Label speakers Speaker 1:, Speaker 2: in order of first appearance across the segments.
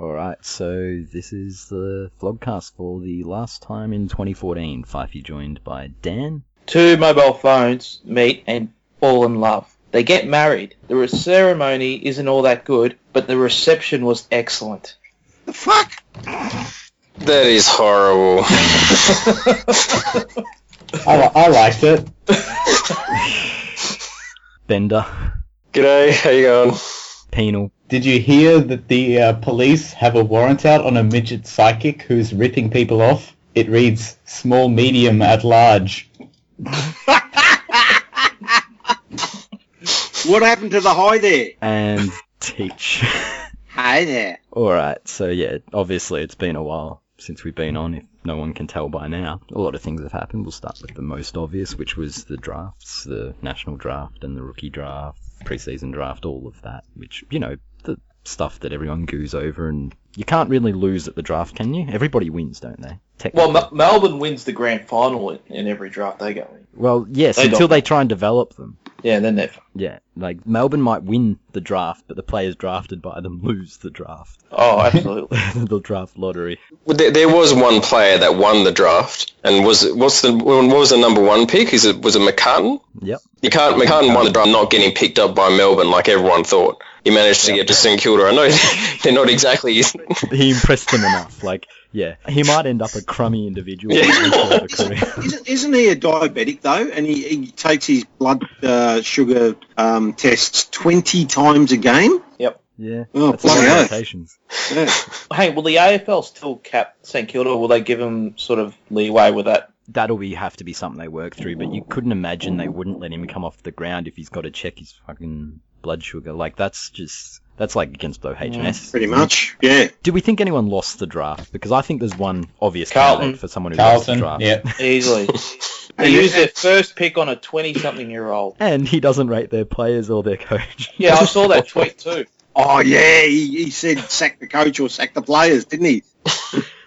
Speaker 1: All right, so this is the vlogcast for the last time in 2014. Fifey joined by Dan.
Speaker 2: Two mobile phones meet and fall in love. They get married. The re- ceremony isn't all that good, but the reception was excellent.
Speaker 3: The fuck?
Speaker 4: That is horrible.
Speaker 5: I, li- I liked it.
Speaker 1: Bender.
Speaker 4: G'day, how you going?
Speaker 1: Penal.
Speaker 5: Did you hear that the uh, police have a warrant out on a midget psychic who's ripping people off? It reads small, medium, at large.
Speaker 3: What happened to the high there?
Speaker 1: And Teach.
Speaker 3: Hi there.
Speaker 1: All right, so yeah, obviously it's been a while since we've been on, if no one can tell by now. A lot of things have happened. We'll start with the most obvious, which was the drafts, the national draft and the rookie draft, preseason draft, all of that, which, you know, the stuff that everyone goos over, and you can't really lose at the draft, can you? Everybody wins, don't they?
Speaker 2: Well,
Speaker 1: Technically.
Speaker 2: M- Melbourne wins the grand final in, in every draft they go in.
Speaker 1: well yes,
Speaker 2: they don't.
Speaker 1: until they try and develop them.
Speaker 2: Yeah, and then they.
Speaker 1: Yeah, like Melbourne might win the draft, but the players drafted by them lose the draft,
Speaker 2: Oh, absolutely.
Speaker 1: the draft lottery.
Speaker 4: Well, There, there was one player that won the draft, and was what's the what was the number one pick? Is it was it McCartan?
Speaker 1: Yep.
Speaker 4: You can't McCartan won the draft, not getting picked up by Melbourne like everyone thought. He managed to get to St Kilda. I know they're not exactly.
Speaker 1: He impressed them enough. Like, yeah, he might end up a crummy individual.
Speaker 4: Yeah.
Speaker 1: at the end of the career.
Speaker 3: Isn't, isn't he a diabetic though? And he, he takes his blood uh, sugar um, tests twenty times a game.
Speaker 1: yeah.
Speaker 3: Oh,
Speaker 1: That's a lot of
Speaker 3: bloody oath.
Speaker 1: limitations.
Speaker 3: Yeah.
Speaker 2: hey, will the AFL still cap St Kilda? Or will they give them sort of leeway with that?
Speaker 1: That'll be have to be something they work through, but you couldn't imagine they wouldn't let him come off the ground if he's got to check his fucking blood sugar. Like that's just that's like against OHS.
Speaker 3: Pretty much. Yeah.
Speaker 1: Do we think anyone lost the draft? Because I think there's one obvious
Speaker 2: Carlton.
Speaker 1: candidate for someone who
Speaker 5: Carlton,
Speaker 1: lost the draft.
Speaker 5: yeah.
Speaker 2: Easily. they
Speaker 3: And-
Speaker 2: used their first pick on a 20 something year old.
Speaker 1: And he doesn't rate their players or their coach.
Speaker 2: Yeah, I saw that tweet too.
Speaker 3: Oh yeah, he, he said sack the coach or sack the players, didn't he?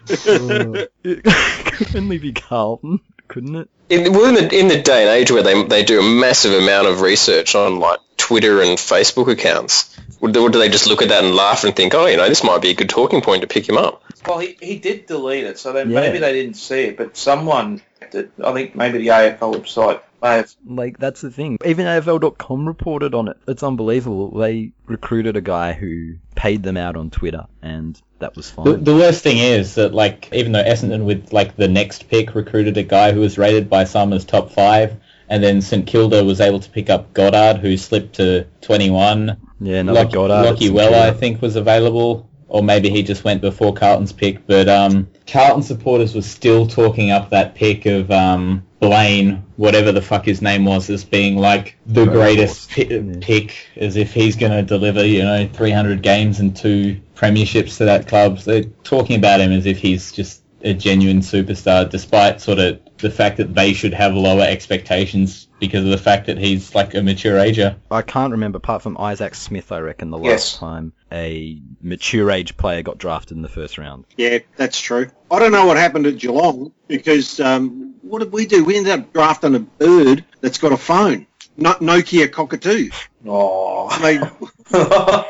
Speaker 1: it could only be Carlton, couldn't it?
Speaker 4: In, well, in the, in the day and age where they, they do a massive amount of research on like Twitter and Facebook accounts, would they, would they just look at that and laugh and think, oh, you know, this might be a good talking point to pick him up?
Speaker 2: Well, he, he did delete it, so they,
Speaker 1: Yeah.
Speaker 2: maybe they didn't see it, but someone, did, I think maybe the AFL website may have.
Speaker 1: Like, that's the thing. Even AFL.com reported on it. It's unbelievable. They recruited a guy who paid them out on Twitter, and that was
Speaker 5: The,
Speaker 1: fine.
Speaker 5: the worst thing is that, like, even though Essendon with like the next pick recruited a guy who was rated by some as top five, and then St Kilda was able to pick up Goddard, who slipped to 21.
Speaker 1: Yeah, another
Speaker 5: Lock-
Speaker 1: Goddard.
Speaker 5: Lockie
Speaker 1: it's
Speaker 5: Weller, I
Speaker 1: incredible.
Speaker 5: think, was available, or maybe he just went before Carlton's pick. But um, Carlton supporters were still talking up that pick of um, Blaine, whatever the fuck his name was, as being like the
Speaker 1: Right,
Speaker 5: greatest
Speaker 1: of course.
Speaker 5: pi-
Speaker 1: Yeah.
Speaker 5: pick, as if he's going to deliver, you know, 300 games and two premierships to that club. So They're talking about him as if he's just a genuine superstar, despite sort of the fact that they should have lower expectations because of the fact that he's like a mature ager.
Speaker 1: I can't remember, apart from Isaac Smith, I reckon, the last
Speaker 2: Yes.
Speaker 1: time a mature age player got drafted in the first round.
Speaker 3: Yeah, that's true. I don't know what happened at Geelong because um, what did we do? We ended up drafting a bird that's got a phone, not Nokia cockatoo.
Speaker 2: Oh.
Speaker 3: I mean, what,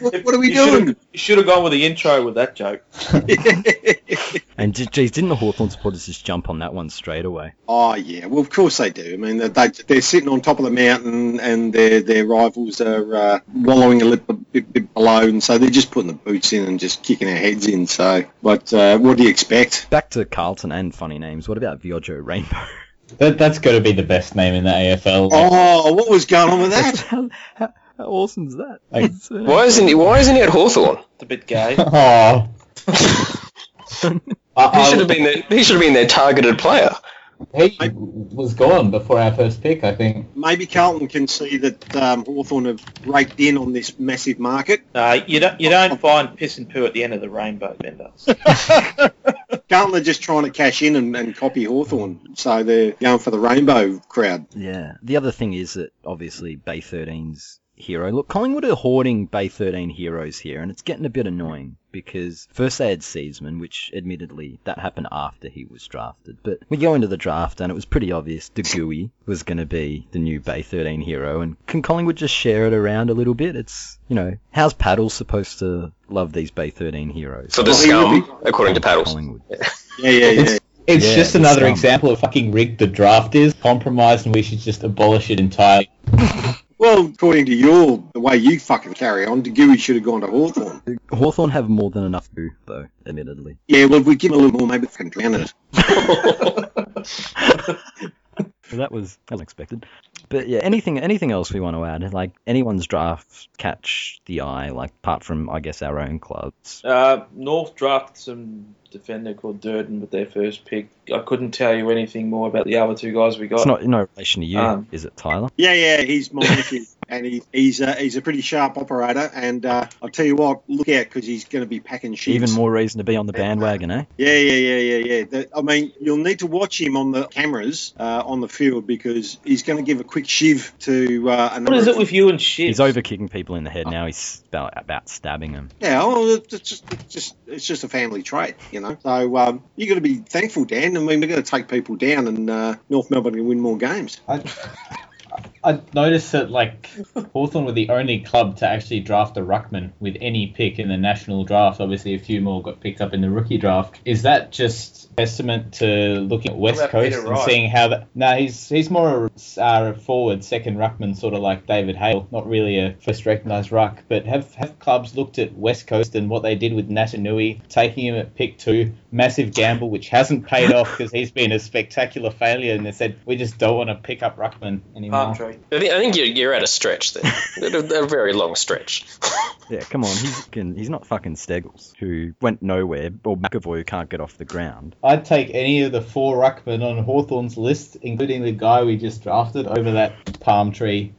Speaker 3: what, what are we
Speaker 2: You should've-
Speaker 3: doing?
Speaker 2: You should have gone with the intro with that joke.
Speaker 1: And, j- geez, didn't the Hawthorn supporters just jump on that one straight away?
Speaker 3: oh yeah, well of course they do. I mean, they, they, they're sitting on top of the mountain and their their rivals are uh, wallowing a little bit, bit below, and so they're just putting the boots in and just kicking their heads in. So, but uh, what do you expect?
Speaker 1: Back to Carlton and funny names. What about Viojo Rainbow?
Speaker 5: That, that's got to be the best name in the AFL.
Speaker 3: Oh, what was going on with that?
Speaker 1: How, how, How awesome's that? uh,
Speaker 5: Like,
Speaker 4: Why isn't he? Why isn't he at Hawthorn?
Speaker 2: It's a bit gay.
Speaker 5: oh, I,
Speaker 4: He
Speaker 5: I-
Speaker 4: should have been. Their, he should have been their targeted player.
Speaker 5: he was gone before our first pick, I think.
Speaker 3: Maybe Carlton can see that um, Hawthorn have raked in on this massive market.
Speaker 2: No, you don't. You don't find piss and poo at the end of the rainbow, Bender.
Speaker 3: Carlton are just trying to cash in and, and copy Hawthorn, so they're going for the rainbow crowd.
Speaker 1: Yeah. The other thing is that obviously Bay 13's hero. Look, Collingwood are hoarding Bay 13 heroes here, and it's getting a bit annoying because first they had Seesman, which admittedly that happened after he was drafted. But we go into the draft, and it was pretty obvious Degui was going to be the new Bay 13 hero. And can Collingwood just share it around a little bit? It's, you know, how's Paddle supposed to love these Bay 13 heroes?
Speaker 4: For the
Speaker 3: Well, he would
Speaker 4: scum, according to Paddles.
Speaker 1: Collingwood.
Speaker 3: Yeah, yeah, yeah.
Speaker 5: It's
Speaker 1: Yeah,
Speaker 5: just
Speaker 1: the
Speaker 5: another
Speaker 1: scum.
Speaker 5: example of fucking rigged the draft is compromised, and we should just abolish it entirely.
Speaker 3: Well, according to your the way you fucking carry on, Dewey should have gone to Hawthorn.
Speaker 1: Hawthorn have more than enough boo, though, admittedly.
Speaker 3: Yeah, well, if we give him a little more, maybe we can drown it.
Speaker 1: Well, that was unexpected. But yeah, anything anything else we want to add? Like anyone's draft catch the eye, like apart from I guess our own clubs.
Speaker 2: Uh, North drafted some defender called Durden with their first pick. I couldn't tell you anything more about the other two guys we got.
Speaker 1: It's not no relation to you,
Speaker 2: Um,
Speaker 1: is it, Tyler?
Speaker 3: Yeah, yeah, he's my nephew, and he, he's a, he's a pretty sharp operator. And uh, I'll tell you what, look out because he's going to be packing shit.
Speaker 1: Even more reason to be on the bandwagon, eh?
Speaker 3: Yeah, yeah, yeah, yeah, yeah. That- I mean, you'll need to watch him on the cameras uh, on the field because he's going to give a quick shiv to uh, another.
Speaker 2: What is it with you and shit?
Speaker 1: He's over kicking people in the head now. He's about, about stabbing them.
Speaker 3: Yeah, well, it's just, it's just it's just a family trait, you know. So um, you got to be thankful, Dan. I mean, we're going to take people down, and uh, North Melbourne can win more games.
Speaker 5: I, I noticed that like Hawthorn were the only club to actually draft a ruckman with any pick in the national draft. Obviously, a few more got picked up in the rookie draft. Is that just testament to looking at West
Speaker 2: about
Speaker 5: Coast
Speaker 2: Peter
Speaker 5: and
Speaker 2: Wright?
Speaker 5: seeing how that? No, he's he's more a uh, forward, second ruckman, sort of like David Hale. Not really a first recognised ruck, but have have clubs looked at West Coast and what they did with Natanui, taking him at pick two, massive gamble which hasn't paid off because he's been a spectacular failure, and they said we just don't want to pick up ruckman anymore.
Speaker 2: palm tree.
Speaker 4: I think, I think you're, you're at a stretch there. a, a very long stretch.
Speaker 1: Yeah, come on, he's fucking- he's not fucking Steggles, who went nowhere, or McAvoy who can't get off the ground.
Speaker 5: I'd take any of the four ruckmen on Hawthorn's list, including the guy we just drafted, over that palm tree.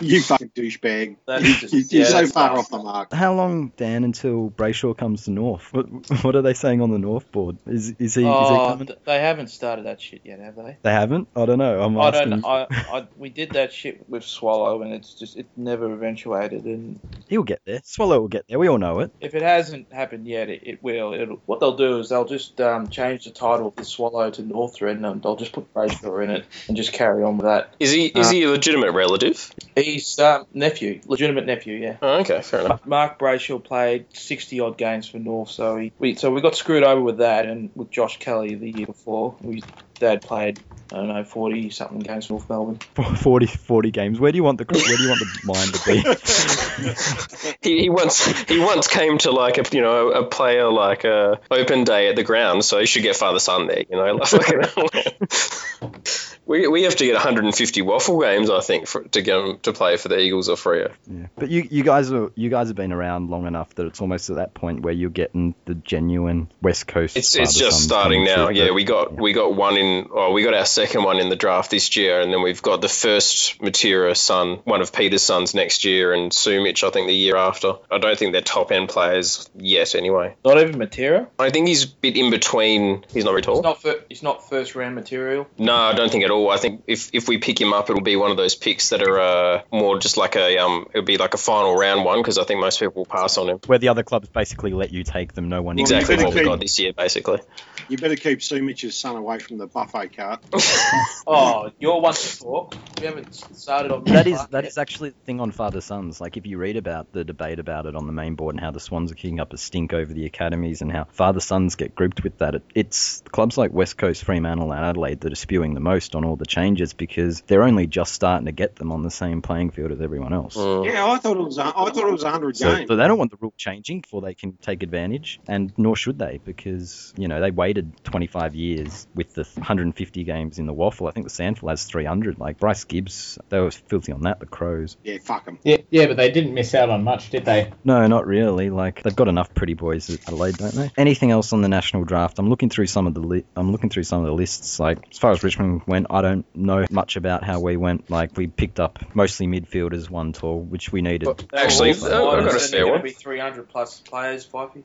Speaker 3: You fucking douchebag.
Speaker 2: That's just-
Speaker 3: You- You're
Speaker 2: yeah,
Speaker 3: so
Speaker 2: that's
Speaker 3: far
Speaker 2: nice.
Speaker 3: off the mark.
Speaker 1: How long, Dan, until Brayshaw comes to North? What, what are they saying on the North board? Is is he, is he
Speaker 2: Oh,
Speaker 1: coming?
Speaker 2: th- they haven't started that shit yet, have they?
Speaker 1: They haven't. I don't know. I'm
Speaker 2: I
Speaker 1: asking.
Speaker 2: don't. I, I we did that shit with Swallow, and it's just it never eventuated. And
Speaker 1: He'll get there. Swallow will get there. We all know it.
Speaker 2: if it hasn't happened yet, it, it will. It'll, what they'll do is they'll just um, change the title of the Swallow to Northred, and they'll just put Brayshaw in it and just carry on with that.
Speaker 4: Is he is he a legitimate relative?
Speaker 2: He's um, nephew, legitimate nephew, yeah.
Speaker 4: Oh, okay, fair enough.
Speaker 2: Mark Brayshaw played 60 odd games for North, so he, we so we got screwed over with that, and with Josh Kelly the year before, we dad played I don't know 40 something games for North Melbourne.
Speaker 1: 40, 40 games. Where do you want the where do you want the mind to be?
Speaker 4: He, he once he once came to like a you know a player like a open day at the ground, so he should get father son there. You know, like fucking hell. we we have to get 150 waffle games, I think, for, to get him to play for the Eagles or Freo.
Speaker 1: yeah. But you you guys are you guys have been around long enough that it's almost at that point where you're getting the genuine West Coast.
Speaker 4: It's it's
Speaker 1: father-son
Speaker 4: just starting
Speaker 1: commentary,
Speaker 4: now. Yeah,
Speaker 1: but-
Speaker 4: we got we got one in. Oh, we got our second one in the draft this year, and then we've got the first Matera son, one of Peter's sons next year, and Sumich, I think, the year after. I don't think they're top end players yet. Anyway,
Speaker 2: Not even material.
Speaker 4: I think he's a bit in between. He's not very
Speaker 2: It's
Speaker 4: tall.
Speaker 2: not fir- it's not first round material.
Speaker 4: No, I don't think at all. I think if, if we pick him up, it'll be one of those picks that are uh, more just like a um, it'll be like a final round one because I think most people will pass on him.
Speaker 1: Where the other clubs basically let you take them, no one.
Speaker 4: Exactly
Speaker 3: better
Speaker 4: what we
Speaker 3: keep-
Speaker 4: got this year, basically.
Speaker 3: You better keep Sumich's son away from the buffet cart.
Speaker 2: Oh, you're one to talk. We haven't started on
Speaker 1: That is that is actually the thing on father sons. Like if you read about the debate about it on the main board and how the Swans are kicking up a stink over the academies and how father sons get grouped with that, it, it's clubs like West Coast, Fremantle, and Adelaide that are spewing the most on all the changes because they're only just starting to get them on the same playing field as everyone else.
Speaker 3: Yeah, I thought it was a, I thought it was a hundred
Speaker 1: Oh. So,
Speaker 3: games.
Speaker 1: so they don't want the rule changing before they can take advantage, and nor should they because you know they waited 25 years with the th- 150 games in the waffle. I think the Sandful has 300. Like Bryce Gibbs, they were filthy on that. The Crows.
Speaker 3: Yeah, fuck them.
Speaker 5: Yeah, yeah, but they didn't miss out on much, did they?
Speaker 1: No, not really. Like they've got enough pretty boys at Adelaide, don't they? Anything else on the national draft? I'm looking through some of the li- I'm looking through some of the lists. Like as far as Richmond went, I don't know much about how we went. Like we picked up mostly midfielders, one tall, which we needed.
Speaker 4: Actually,
Speaker 2: Well,
Speaker 4: uh, I've got a
Speaker 2: it's
Speaker 4: fair
Speaker 2: gonna
Speaker 4: one.
Speaker 2: Be 300 plus players, Fifey.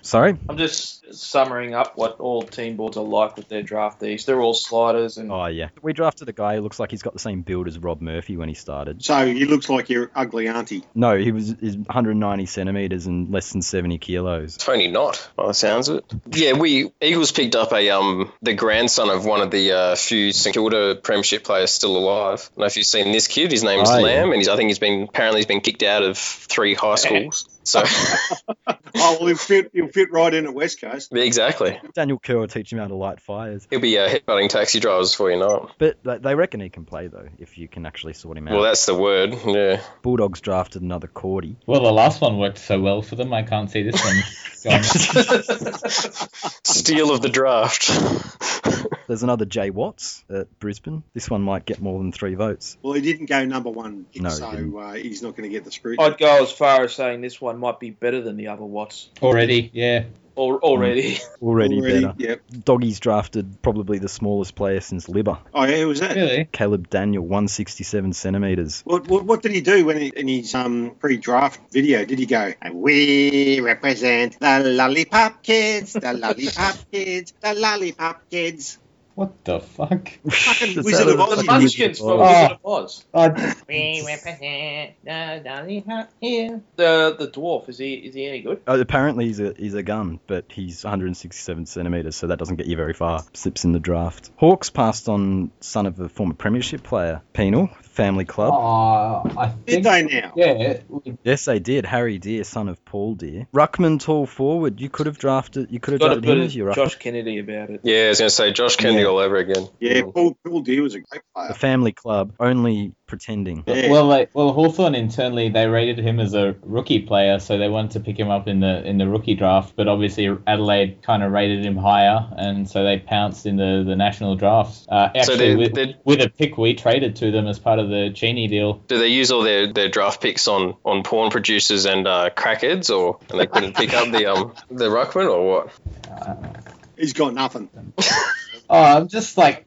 Speaker 1: Sorry.
Speaker 2: I'm just summaring up what all team boards are like with their draftees. They're all sliders and
Speaker 1: Oh yeah, we drafted a guy who looks like he's got the same build as Rob Murphy when he started.
Speaker 3: So he looks like your ugly auntie.
Speaker 1: No, he was he's 190 centimeters and less than 70 kilos.
Speaker 4: Tony Knott, by the sounds of it. Yeah, we Eagles picked up a um the grandson of one of the uh, few St Kilda Premiership players still alive. I don't know if you've seen this kid. His name's
Speaker 1: Oh, yeah.
Speaker 4: Lamb, and he's, I think he's been apparently he's been kicked out of three high schools. So
Speaker 3: Oh, well, he'll fit, he'll fit right in at West Coast.
Speaker 4: exactly,
Speaker 1: Daniel Kerr will teach him how to light fires.
Speaker 4: he'll be uh, headbutting taxi drivers before you know
Speaker 1: But like, they reckon he can play though if you can actually sort him
Speaker 4: it.
Speaker 1: out.
Speaker 4: Well, that's the word. Yeah.
Speaker 1: Bulldogs drafted another Cordy.
Speaker 5: Well, the last one worked so well for them. I can't see this one. going.
Speaker 4: Steal of the draft.
Speaker 1: There's another Jay Watts at Brisbane. This one might get more than three votes.
Speaker 3: Well, he didn't go number one, pick,
Speaker 1: No, he didn't.
Speaker 3: so uh, he's not going to get the scrutiny.
Speaker 2: I'd go as far as saying this one might be better than the other Watts
Speaker 5: Already, yeah.
Speaker 2: Al already.
Speaker 1: Already, better.
Speaker 3: Yeah.
Speaker 1: Doggies drafted probably the smallest player since Libba.
Speaker 3: Oh, yeah, who was that?
Speaker 5: Really?
Speaker 1: Caleb Daniel, 167 centimeters.
Speaker 3: What, what, what did he do when he, in his um, pre-draft video? Did he go, "And "We represent the lollipop kids, the lollipop kids, the lollipop kids"?
Speaker 5: What the fuck?
Speaker 3: Fucking
Speaker 1: That's
Speaker 3: Wizard
Speaker 1: how it
Speaker 3: of
Speaker 1: was.
Speaker 3: Oz,
Speaker 2: the
Speaker 3: he
Speaker 1: Fucking
Speaker 2: Munchkins
Speaker 1: Wizard
Speaker 2: from
Speaker 1: of Oz.
Speaker 2: Wizard of Oz.
Speaker 5: I,
Speaker 6: Oh. We represent the Dolly Hut here.
Speaker 2: The the dwarf is he is he any good?
Speaker 3: Oh.
Speaker 1: Uh, apparently he's a he's a gun, but he's 167 centimeters, so that doesn't get you very far. Slips in the draft. Hawks passed on son of a former premiership player, Penal, family club.
Speaker 3: Oh.
Speaker 5: Aw, uh, I think.
Speaker 3: Did they now?
Speaker 5: Yeah, we-
Speaker 1: Yes, they did. Harry Deer, son of Paul Deer. Ruckman, tall forward. You could have drafted. You could have
Speaker 2: Got a
Speaker 1: drafted
Speaker 2: bit
Speaker 1: him as your
Speaker 2: of
Speaker 1: ruck.
Speaker 2: Josh Kennedy about it.
Speaker 4: Yeah, I was gonna say Josh Kennedy all over again.
Speaker 3: Yeah, Paul, Paul Deer was a great
Speaker 1: The
Speaker 3: player.
Speaker 1: family club, only pretending.
Speaker 3: Yeah.
Speaker 5: Well, like, well, Hawthorne internally they rated him as a rookie player, so they wanted to pick him up in the in the rookie draft. But obviously Adelaide kind of rated him higher, and so they pounced in the, the national drafts. Uh, actually,
Speaker 4: they-
Speaker 5: with,
Speaker 4: they-
Speaker 5: with a pick we traded to them as part of the Cheney deal.
Speaker 4: Do they use all their, their draft picks on, on porn producers and uh, crackheads, or and they couldn't pick up the um the ruckman or what?
Speaker 3: He's got nothing.
Speaker 5: Oh, I'm just like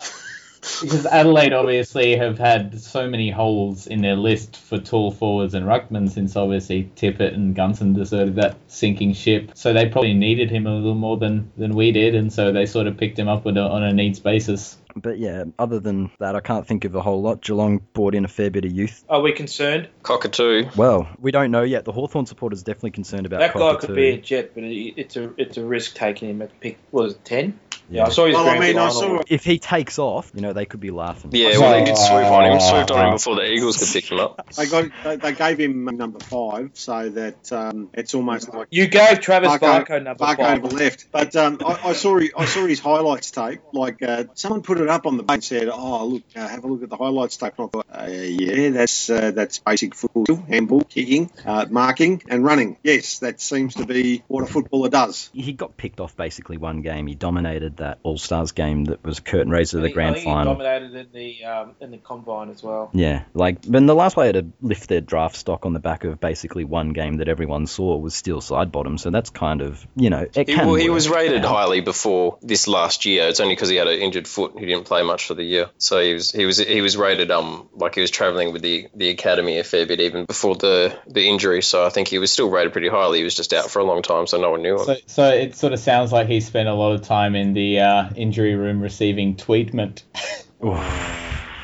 Speaker 5: because Adelaide obviously have had so many holes in their list for tall forwards and ruckmen since obviously Tippett and Gunson deserted that sinking ship. So they probably needed him a little more than, than we did, and so they sort of picked him up on a, on a needs basis.
Speaker 1: But yeah, other than that, I can't think of a whole lot. Geelong brought in a fair bit of youth.
Speaker 2: Are we concerned?
Speaker 4: Cockatoo.
Speaker 1: Well, we don't know yet. The Hawthorn supporters definitely concerned about
Speaker 2: that guy
Speaker 1: Cockatoo.
Speaker 2: could be a jet, but he, it's a it's a risk taking him at pick. What was it ten? Yeah,
Speaker 1: Yeah.
Speaker 2: I saw his
Speaker 3: Well, Oh, I
Speaker 2: grand
Speaker 3: mean, I
Speaker 2: final.
Speaker 3: saw
Speaker 1: If he takes off, you know they could be laughing.
Speaker 4: Yeah, well, uh, they did swoop on him, swooped on him before the Eagles could pick him up.
Speaker 3: they got they, they gave him number five, so that um, it's almost like
Speaker 2: You gave Travis
Speaker 3: Barco-
Speaker 2: Barco, number
Speaker 3: Barco
Speaker 2: five.
Speaker 3: over left. But um, I, I saw he, I saw his highlights tape. Like uh, someone put it up on the page and said, "Oh, look, uh, have a look at the highlights tape." And I thought, uh, "Yeah, that's uh, that's basic football: skill, handball, kicking, uh, marking, and running." Yes, that seems to be what a footballer does.
Speaker 1: He got picked off basically one game. He dominated that All Stars game that was curtain raiser to
Speaker 2: I
Speaker 1: the
Speaker 2: think- I
Speaker 1: grand
Speaker 2: think
Speaker 1: final.
Speaker 2: He dominated in the um, in the combine as well.
Speaker 1: Yeah, like when the last player to lift their draft stock on the back of basically one game that everyone saw was still side bottom, so that's kind of you know it
Speaker 4: He,
Speaker 1: can.
Speaker 4: well, he
Speaker 1: work.
Speaker 4: was rated highly before this last year. It's only because he had an injured foot. He didn't play much for the year, so he was he was he was rated um like he was traveling with the the academy a fair bit even before the the injury. So I think he was still rated pretty highly. He was just out for a long time, so no one knew him.
Speaker 5: So, so it sort of sounds like he spent a lot of time in the uh, injury room receiving tweetment.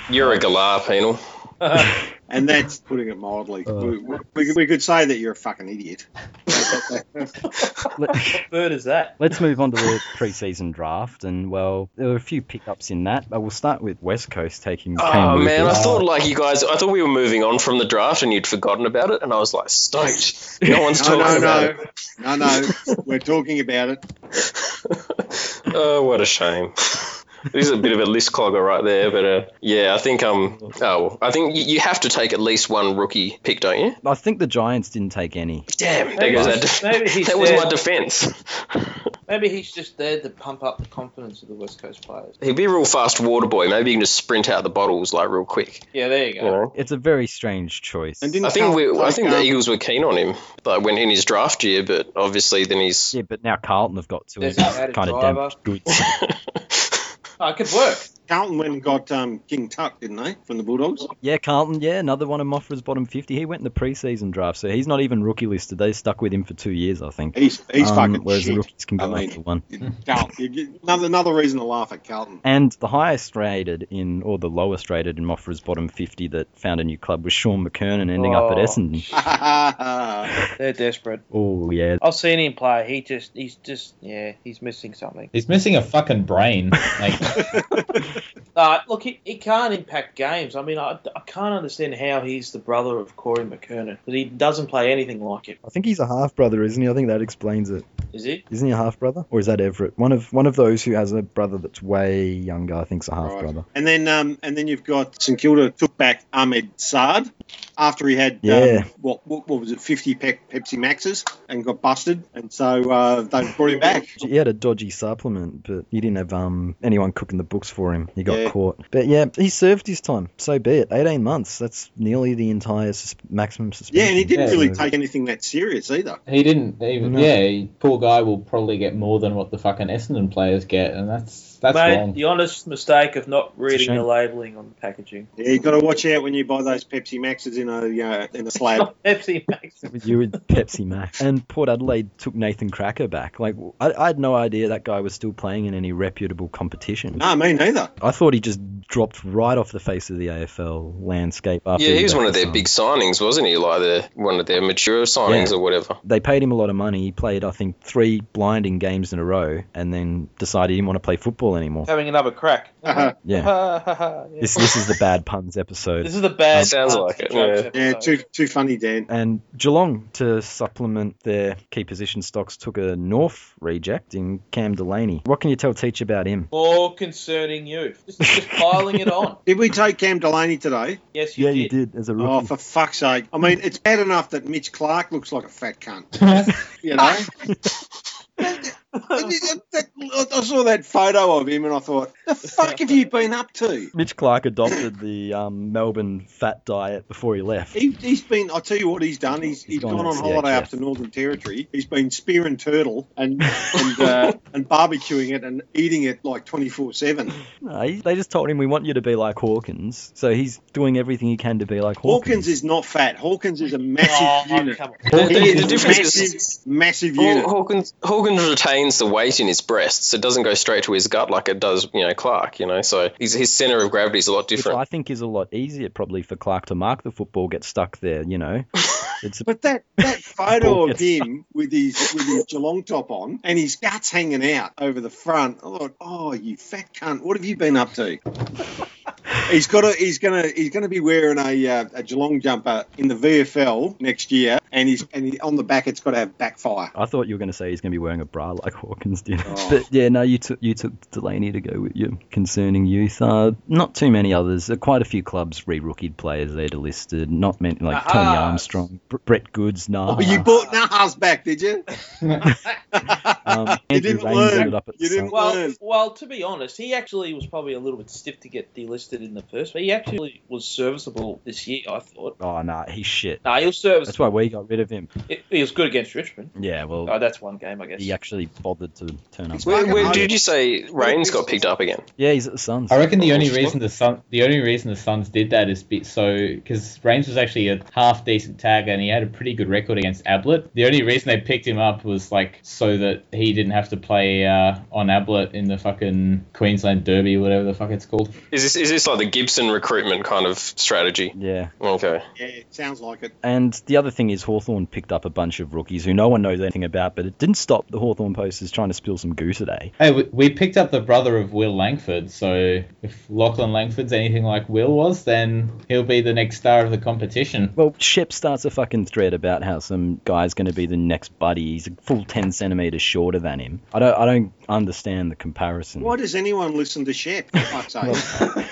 Speaker 4: You're a galah penal.
Speaker 3: And that's putting it mildly.
Speaker 2: Uh.
Speaker 3: we, we, could- we could say that you're a fucking idiot.
Speaker 1: Let-
Speaker 2: What bird is that?
Speaker 1: Let's move on to the preseason draft, and well, there were a few pickups in that. But we'll start with West Coast taking. Uh, Kane
Speaker 4: Oh
Speaker 1: Lucas.
Speaker 4: man, I thought like you guys, I thought we were moving on from the draft and you'd forgotten about it, and I was like stoked. No one's
Speaker 3: No,
Speaker 4: talking
Speaker 3: no,
Speaker 4: about
Speaker 3: no, no, no. We're talking about it.
Speaker 4: it. Oh, what a shame. This is a bit of a list clogger right there, but uh, yeah, I think um, oh, well, I think you, you have to take at least one rookie pick, don't you?
Speaker 1: I think the Giants didn't take any.
Speaker 4: Damn, there goes that.
Speaker 2: Maybe he
Speaker 4: that was my
Speaker 2: said-
Speaker 4: defense.
Speaker 2: Maybe he's just there to pump up the confidence of the West Coast players.
Speaker 4: He'd be a real fast water boy. Maybe you can just sprint out the bottles like real quick.
Speaker 2: Yeah, there you go.
Speaker 4: You know?
Speaker 1: It's a very strange choice.
Speaker 3: And didn't
Speaker 4: I think
Speaker 3: Carl-
Speaker 4: we, I
Speaker 3: like,
Speaker 4: think the
Speaker 3: um,
Speaker 4: Eagles were keen on him, like when in his draft year. But obviously, then he's
Speaker 1: yeah, but now Carlton have got to
Speaker 2: There's
Speaker 1: it.
Speaker 2: an added
Speaker 1: Kind of
Speaker 2: driver.
Speaker 1: damaged goods.
Speaker 2: Oh, it could work.
Speaker 3: Carlton went and got um, King Tut, didn't they, from the Bulldogs?
Speaker 1: Yeah, Carlton. Yeah, another one of Moffra's bottom fifty. He went in the preseason draft, so he's not even rookie listed. They stuck with him for two years, I think.
Speaker 3: He's he's
Speaker 1: Um,
Speaker 3: fucking
Speaker 1: whereas the
Speaker 3: shit.
Speaker 1: rookies can
Speaker 3: I
Speaker 1: go
Speaker 3: mean-
Speaker 1: after one.
Speaker 3: Carlton. You get- Another another reason to laugh at Carlton.
Speaker 1: And the highest rated in, or the lowest rated in Moffra's bottom fifty that found a new club was Sean McKernan, ending up at
Speaker 2: Oh.
Speaker 1: Essendon.
Speaker 2: They're desperate.
Speaker 1: Oh yeah,
Speaker 2: I've seen him play. He just, he's just, yeah, he's missing something.
Speaker 5: He's missing a fucking brain. Like,
Speaker 2: Uh, look, he, he can't impact games. I mean, I, I can't understand how he's the brother of Corey McKernan because he doesn't play anything like it.
Speaker 1: I think he's a half brother, isn't he? I think that explains it.
Speaker 2: Is he?
Speaker 1: Isn't he a half brother, or is that Everett? One of one of those who has a brother that's way younger. I think's a half
Speaker 3: Right.
Speaker 1: brother.
Speaker 3: And then um, and then you've got St Kilda took back Ahmed Saad after he had
Speaker 1: Yeah.
Speaker 3: um, what, what what was it fifty pe- Pepsi Maxes and got busted, and so uh, they brought him back.
Speaker 1: He had a dodgy supplement, but he didn't have um anyone cooking the books for him. He got
Speaker 3: Yeah.
Speaker 1: caught. But yeah, he served his time. So be it. Eighteen months. That's nearly the entire sus- maximum suspension.
Speaker 3: Yeah, and he didn't
Speaker 5: Yeah.
Speaker 3: really take anything that serious either.
Speaker 5: he didn't even.
Speaker 1: No.
Speaker 5: Yeah, he- poor guy will probably get more than what the fucking Essendon players get, and that's that's
Speaker 2: Made
Speaker 5: wrong.
Speaker 2: the honest mistake of not reading
Speaker 1: shame.
Speaker 2: the labelling on the packaging.
Speaker 3: Yeah, you got to watch out when you buy those Pepsi Maxes in a you know, in a slab.
Speaker 2: Not Pepsi Max.
Speaker 1: It was you with Pepsi Max. And Port Adelaide took Nathan Cracker back. Like I, I had no idea that guy was still playing in any reputable competition.
Speaker 3: no, me neither.
Speaker 1: I thought he just dropped right off the face of the AFL landscape. After
Speaker 4: yeah, he was
Speaker 1: got
Speaker 4: one of
Speaker 1: the
Speaker 4: their
Speaker 1: sun.
Speaker 4: big signings, wasn't he? Like the one of their mature signings
Speaker 1: Yeah.
Speaker 4: or whatever.
Speaker 1: They paid him a lot of money. He played, I think, three blinding games in a row, and then decided he didn't want to play football anymore.
Speaker 2: Having another crack.
Speaker 3: Uh-huh.
Speaker 1: Yeah.
Speaker 2: Ha, ha, ha. Yeah.
Speaker 1: This this is the bad puns episode.
Speaker 2: This is the bad.
Speaker 4: Sounds
Speaker 2: part
Speaker 4: like
Speaker 2: of
Speaker 4: it,
Speaker 2: the jokes
Speaker 4: yeah.
Speaker 3: Yeah,
Speaker 2: episode.
Speaker 3: too too funny, Dan.
Speaker 1: And Geelong, to supplement their key position stocks, took a North reject in Cam Delaney. What can you tell Teach about him?
Speaker 2: More concerning youth. This is just piling it on.
Speaker 3: Did we take Cam Delaney today?
Speaker 2: Yes, you
Speaker 1: Yeah,
Speaker 2: did.
Speaker 1: you did as a
Speaker 3: Oh,
Speaker 1: rookie.
Speaker 3: for fuck's sake! I mean, it's bad enough that Mitch Clark looks like a fat cunt. Oh, You know, I saw uh, that photo of him and I thought, the fuck have you been up to?
Speaker 1: Mitch Clark adopted the um, Melbourne fat diet before he left.
Speaker 3: He, he's been. I'll tell you what he's done. He's, he's gone, on
Speaker 1: to
Speaker 3: holiday
Speaker 1: CHF.
Speaker 3: up to Northern Territory. He's been spearing turtle and and, uh, and barbecuing it and eating it like twenty four seven.
Speaker 1: No, he- they just told him, "We want you to be like Hawkins," so he's doing everything he can to be like Hawkins.
Speaker 3: Hawkins is not fat. Hawkins is a
Speaker 2: Oh,
Speaker 3: massive unit.
Speaker 2: come on.
Speaker 4: The,
Speaker 3: Hawkins
Speaker 4: the- the
Speaker 3: is a
Speaker 4: difference is
Speaker 3: massive, massive unit.
Speaker 4: Haw- Hawkins, Hawkins retains the weight in his breasts. It doesn't go straight to his gut like it does, you know, Clark. You know, so his, his center of gravity is a lot
Speaker 1: which
Speaker 4: different.
Speaker 1: I think is a lot easier probably for Clark to mark the football, get stuck there, you know. It's
Speaker 3: But that, that photo
Speaker 1: Ball
Speaker 3: of
Speaker 1: gets
Speaker 3: him with his with his Geelong top on and his guts hanging out over the front, I thought, oh, you fat cunt, what have you been up to? he's got a, he's gonna he's gonna be wearing a uh, a Geelong jumper in the VFL next year, and he's and he, on the back it's got to have backfire.
Speaker 1: I thought you were going to say he's going to be wearing a bra like Hawkins did.
Speaker 3: Oh.
Speaker 1: But yeah, no, you took you took Delaney to go with you. Concerning youth, uh, not too many others. Uh, quite a few clubs re-rookied players that are listed. uh, Not many like
Speaker 2: Nahas.
Speaker 1: Tony Armstrong, Br- Brett Goods, nah.
Speaker 3: Oh, you bought Nahas back, did you?
Speaker 1: um,
Speaker 3: you
Speaker 1: Andrew
Speaker 3: didn't
Speaker 1: Raines
Speaker 3: learn.
Speaker 1: ended up at
Speaker 3: You didn't
Speaker 1: South-
Speaker 2: Well,
Speaker 3: learn.
Speaker 2: well, to be honest, he actually was probably a little bit stiff to get delisted in the first, but he actually was serviceable this year, I thought.
Speaker 1: Oh nah, he's shit.
Speaker 2: No, he was serviceable.
Speaker 1: That's why we got rid of him.
Speaker 2: He- He was good against Richmond.
Speaker 1: Yeah, well,
Speaker 2: Oh, that's one game, I guess.
Speaker 1: he actually bothered to turn up.
Speaker 4: Where, where did you say Reigns got picked up again?
Speaker 1: Yeah, he's at the Suns.
Speaker 5: I reckon the only reason the Sun, the only reason the Suns did that is be, so because Reigns was actually a half decent tagger and he had a pretty good record against Ablett. The only reason they picked him up was like so that he didn't have to play uh, on Ablett in the fucking Queensland Derby, whatever the fuck it's called.
Speaker 4: Is this is this like the Gibson recruitment kind of strategy?
Speaker 1: Yeah.
Speaker 4: Okay.
Speaker 3: Yeah, it sounds like it.
Speaker 1: And the other thing is Hawthorn picked up a bunch of rookies who no one knows anything about, but it didn't stop the Hawthorn posters trying to spill some goo today.
Speaker 5: Hey, we, we picked up the brother of Will Langford, so if Lachlan Langford's anything like Will was, then he'll be the next star of the competition.
Speaker 1: Well, Shep starts a fucking thread about how some guy's going to be the next buddy. He's a full 10 centimeters shorter than him. I don't, I don't understand the comparison.
Speaker 3: Why does anyone listen to Shep? For fuck's sake.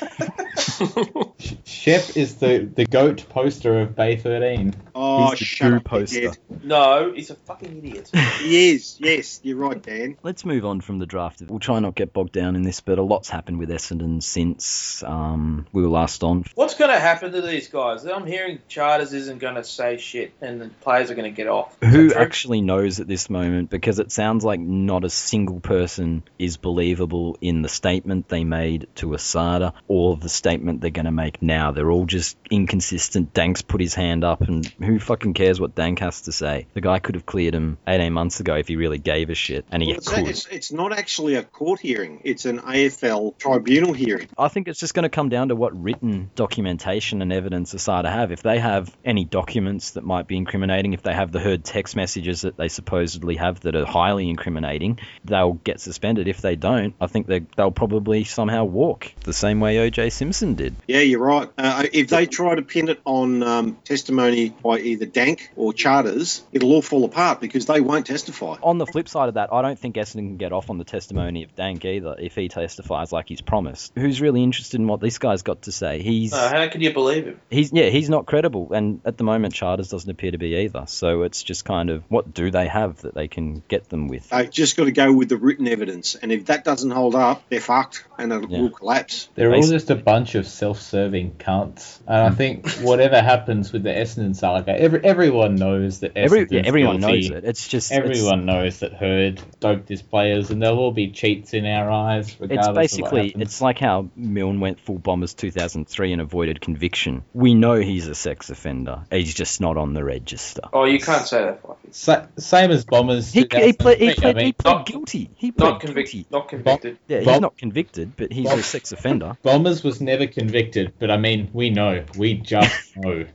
Speaker 5: Shep is the, the goat poster of Bay 13.
Speaker 3: Oh,
Speaker 1: He's the
Speaker 3: shut
Speaker 1: goo
Speaker 3: up,
Speaker 1: poster.
Speaker 3: dickhead.
Speaker 2: No, he's a fucking idiot.
Speaker 3: He is. Yes, you're right, Dan.
Speaker 1: Let's move on from the draft. We'll try not get bogged down in this, but a lot's happened with Essendon since um, we were last on.
Speaker 2: What's going to happen to these guys? I'm hearing Charters isn't going to say shit, and the players are going to get off. Is
Speaker 1: Who
Speaker 2: that true?
Speaker 1: actually knows at this moment? Because it sounds like not a single person is believable in the statement they made to Asada or the statement they're going to make now. They're all just inconsistent. Dank's put his hand up, and who fucking cares what Dank has to say? The guy could have cleared him 18 months ago if he really gave a shit, and he
Speaker 3: Well, it's,
Speaker 1: could.
Speaker 3: it's, it's not actually a court hearing. It's an AFL tribunal hearing.
Speaker 1: I think it's just going to come down to what written documentation and evidence Asada have. If they have any documents that might be incriminating, if they have the heard text messages that they supposedly have that are highly incriminating, they'll get suspended. If they don't, I think they, they'll probably somehow walk the same way O.J. Simpson did.
Speaker 3: Yeah, you're right. Uh, if they try to pin it on um, testimony by either Dank or Charters, it'll all fall apart because they won't testify.
Speaker 1: On the flip side of that, I don't think Essendon can get off on the testimony of Dank either if he testifies like he's promised. Who's really interested in what this guy's got to say? He's
Speaker 2: No, how can you believe him?
Speaker 1: he's yeah he's not credible and at the moment charters doesn't appear to be either so it's just kind of what do they have that they can get them with
Speaker 3: They've just got to go with the written evidence, and if that doesn't hold up, they're fucked, and it
Speaker 1: Yeah.
Speaker 3: will collapse.
Speaker 5: They're all
Speaker 1: Basically.
Speaker 5: just a bunch of self-serving cunts, and
Speaker 1: Hmm.
Speaker 5: I think whatever happens with the Essendon saga, every, everyone knows that
Speaker 1: Every,
Speaker 5: Essendon's
Speaker 1: yeah, everyone
Speaker 5: guilty.
Speaker 1: knows it it's just it's-
Speaker 5: Everyone knows that Hurd doped his players, and they'll all be cheats in our eyes. Regardless
Speaker 1: it's
Speaker 5: of what
Speaker 1: basically
Speaker 5: happens.
Speaker 1: it's like how Milne went full bombers 2003 and avoided conviction we know he's a sex offender he's just not on the register
Speaker 2: Oh, you can't say that, Fluffy.
Speaker 5: Sa- same as bombers.
Speaker 1: he, he, pled, he,
Speaker 5: 2003,
Speaker 1: pled,
Speaker 5: I mean,
Speaker 1: he pled
Speaker 2: not-
Speaker 1: guilty he pled
Speaker 2: Not
Speaker 1: guilty
Speaker 2: convicted. Not convicted.
Speaker 1: yeah he's
Speaker 5: Bob-
Speaker 1: not convicted but he's
Speaker 5: Bob-
Speaker 1: a sex offender
Speaker 5: bombers was never convicted, but I mean, we know, we just know.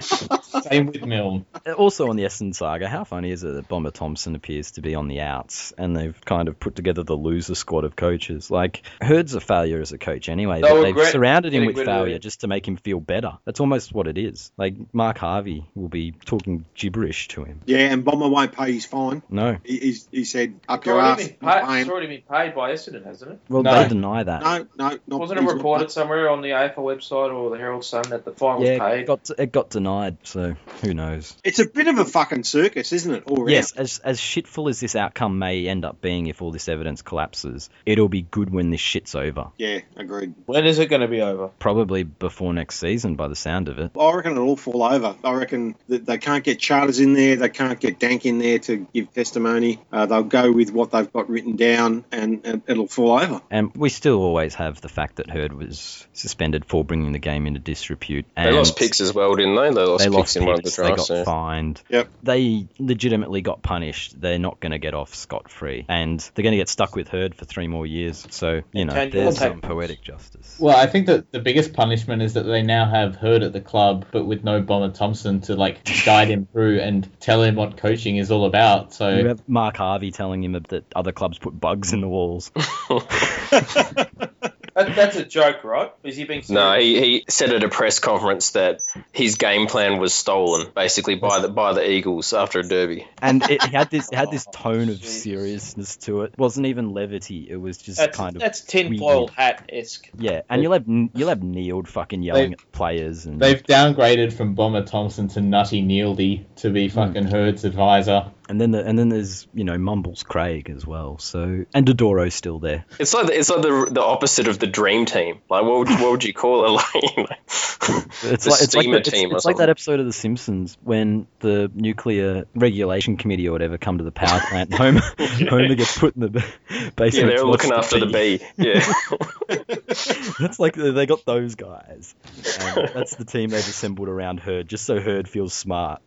Speaker 5: same with Milne.
Speaker 1: also on the Essendon saga, how funny is it that Bomber Thompson appears to be on the outs and they've kind of put together the loser squad of coaches? Like, Hurd's a failure as a coach anyway,
Speaker 2: They
Speaker 1: but
Speaker 2: were
Speaker 1: they've
Speaker 2: great-
Speaker 1: surrounded him
Speaker 2: getting
Speaker 1: with
Speaker 2: rid of
Speaker 1: failure
Speaker 2: him.
Speaker 1: just to make him feel better. That's almost what it is. Like, Mark Harvey will be talking gibberish to him.
Speaker 3: Yeah, and Bomber won't pay his fine.
Speaker 1: No.
Speaker 3: He, he's, he said, up
Speaker 2: It's
Speaker 3: your
Speaker 2: already,
Speaker 3: ass.
Speaker 2: been paid,
Speaker 3: I'm
Speaker 2: it's already been paid by Essendon, hasn't it?
Speaker 1: Well,
Speaker 5: No.
Speaker 1: they deny that.
Speaker 3: paying." No, no, not
Speaker 2: Wasn't it
Speaker 3: he's not
Speaker 2: reported somewhere on the AFL website or the Herald Sun that the fine was
Speaker 1: Yeah, it
Speaker 2: paid?
Speaker 1: got, it got denied, so who knows?
Speaker 3: It's a bit of a fucking circus, isn't it? All
Speaker 1: Yes, as, as shitful as this outcome may end up being if all this evidence collapses, it'll be good when this shit's over.
Speaker 3: round. Yeah, agreed.
Speaker 2: When is it going to be over?
Speaker 1: Probably before next season, by the sound of it.
Speaker 3: I reckon it'll all fall over. I reckon that they can't get charters in there. They can't get Dank in there to give testimony. Uh, they'll go with what they've got written down, and, and it'll fall over.
Speaker 1: And we still always have the fact that Hurd was suspended for bringing the game into disrepute. And
Speaker 4: They lost picks as well, didn't they? They lost
Speaker 1: They
Speaker 4: picks
Speaker 1: lost
Speaker 4: in one of the
Speaker 1: picks, They
Speaker 4: drafts.
Speaker 1: got
Speaker 4: yeah.
Speaker 1: fined.
Speaker 3: Yep.
Speaker 1: They legitimately got punished. They're not going to get off scot free, and they're going to get stuck with Hurd for three more years. So you know,
Speaker 2: Can you
Speaker 1: there's
Speaker 2: take-
Speaker 1: some poetic justice.
Speaker 5: Well, I think that the biggest punishment is that they now have Hurd at the club, but with no Bomber Thompson to like guide him through and tell him what coaching is all about. So
Speaker 1: You have Mark Harvey telling him that other clubs put bugs in the walls.
Speaker 2: That, that's a joke, right? Is he being
Speaker 4: No,
Speaker 2: serious?
Speaker 4: he, he said at a press conference that his game plan was stolen, basically by the by the Eagles after a derby.
Speaker 1: and it had this it had this
Speaker 2: Oh,
Speaker 1: tone of
Speaker 2: jeez.
Speaker 1: seriousness to it. wasn't even levity. It was just
Speaker 2: that's,
Speaker 1: kind of
Speaker 2: that's tinfoil
Speaker 1: weird.
Speaker 2: hat esque.
Speaker 1: yeah. And you'll have you'll have Neil fucking
Speaker 5: They-
Speaker 1: yelling at players and
Speaker 5: they've downgraded from Bomber Thompson to Nutty Nealdy to be
Speaker 1: Hmm.
Speaker 5: fucking Hurd's advisor.
Speaker 1: And then the, and then there's you know Mumbles Craig as well. So and Dodoro's still there.
Speaker 4: It's like the, it's like the the opposite of the dream team. Like what would what would you call it? Like, you know,
Speaker 1: It's
Speaker 4: the
Speaker 1: like it's like,
Speaker 4: steamer
Speaker 1: the- it's,
Speaker 4: team or
Speaker 1: it's like
Speaker 4: something.
Speaker 1: that episode of The Simpsons when the nuclear regulation committee or whatever come to the power plant. and Homer Homer gets put in the basically
Speaker 4: yeah, they're looking after the bee. Yeah,
Speaker 1: That's like they got those guys. And that's the team they've assembled around Herd, just so Herd feels smart.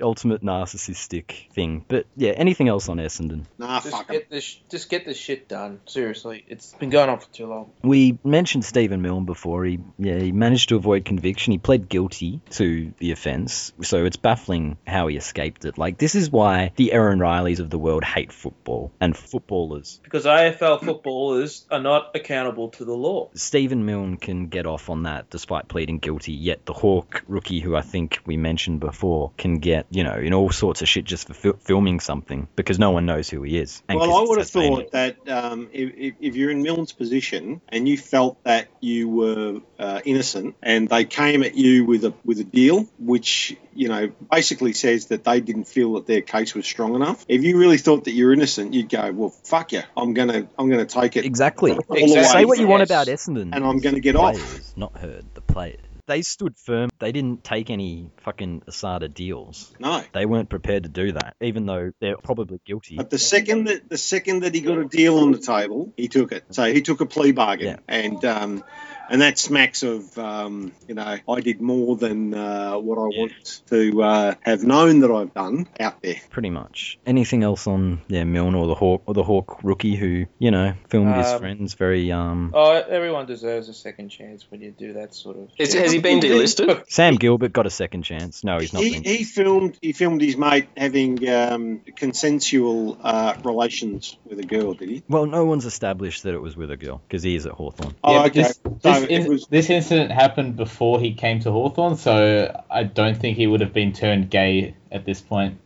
Speaker 1: Ultimate narcissistic thing. But yeah, anything else on Essendon?
Speaker 3: Nah,
Speaker 2: Just
Speaker 3: Ah, fuck 'em.
Speaker 2: get this, just get this shit done. Seriously, it's been going on for too long.
Speaker 1: We mentioned Stephen Milne before. He yeah, he managed to avoid conviction. He pled guilty to the offence, so it's baffling how he escaped it. Like this is why the Aaron Rileys of the world hate football and footballers.
Speaker 2: Because AFL footballers are not accountable to the law.
Speaker 1: Stephen Milne can get off on that despite pleading guilty, yet the Hawk rookie, who I think we mentioned before, can get, you know, in all sorts of shit just for fil- filming something because no one knows who he is.
Speaker 3: well, I would have
Speaker 1: Tasmanian.
Speaker 3: thought that um, if, if, if you're in Milne's position conviction and you felt that you were uh, innocent and they came at you with a with a deal which you know basically says that they didn't feel that their case was strong enough if you really thought that you're innocent you'd go well fuck you i'm gonna i'm gonna take it
Speaker 1: Exactly.
Speaker 3: all the way
Speaker 1: Say what you want
Speaker 3: Yes.
Speaker 1: about Essendon.
Speaker 3: and i'm gonna get
Speaker 1: the
Speaker 3: off
Speaker 1: players, not heard. The players. They stood firm. They didn't take any fucking Asada deals.
Speaker 3: no
Speaker 1: They weren't prepared to do that, even though they're probably guilty.
Speaker 3: But the second that the second that he got a deal on the table, he took it. So he took a plea bargain,
Speaker 1: Yeah.
Speaker 3: and um, and that smacks of um, you know I did more than uh, what I want to uh, have known that I've done out there.
Speaker 1: Pretty much. Anything else on yeah, Milne or the Hawk or the Hawk rookie who you know filmed his
Speaker 2: Um,
Speaker 1: friends very um.
Speaker 2: Oh, everyone deserves a second chance when you do that sort of.
Speaker 4: Is,
Speaker 2: shit.
Speaker 4: has he been delisted?
Speaker 1: Sam Gilbert got a second chance. No, Oh, he's not.
Speaker 3: He,
Speaker 1: been.
Speaker 3: he filmed he filmed his mate having um, consensual uh, relations with a girl. Did he?
Speaker 1: Well, no one's established that it was with a girl because he is at Hawthorn.
Speaker 3: Oh,
Speaker 5: Yeah, but
Speaker 3: okay.
Speaker 5: This,
Speaker 3: so
Speaker 5: this,
Speaker 3: it
Speaker 5: in-
Speaker 3: was
Speaker 5: this incident happened before he came to Hawthorn, so I don't think he would have been turned gay at this point.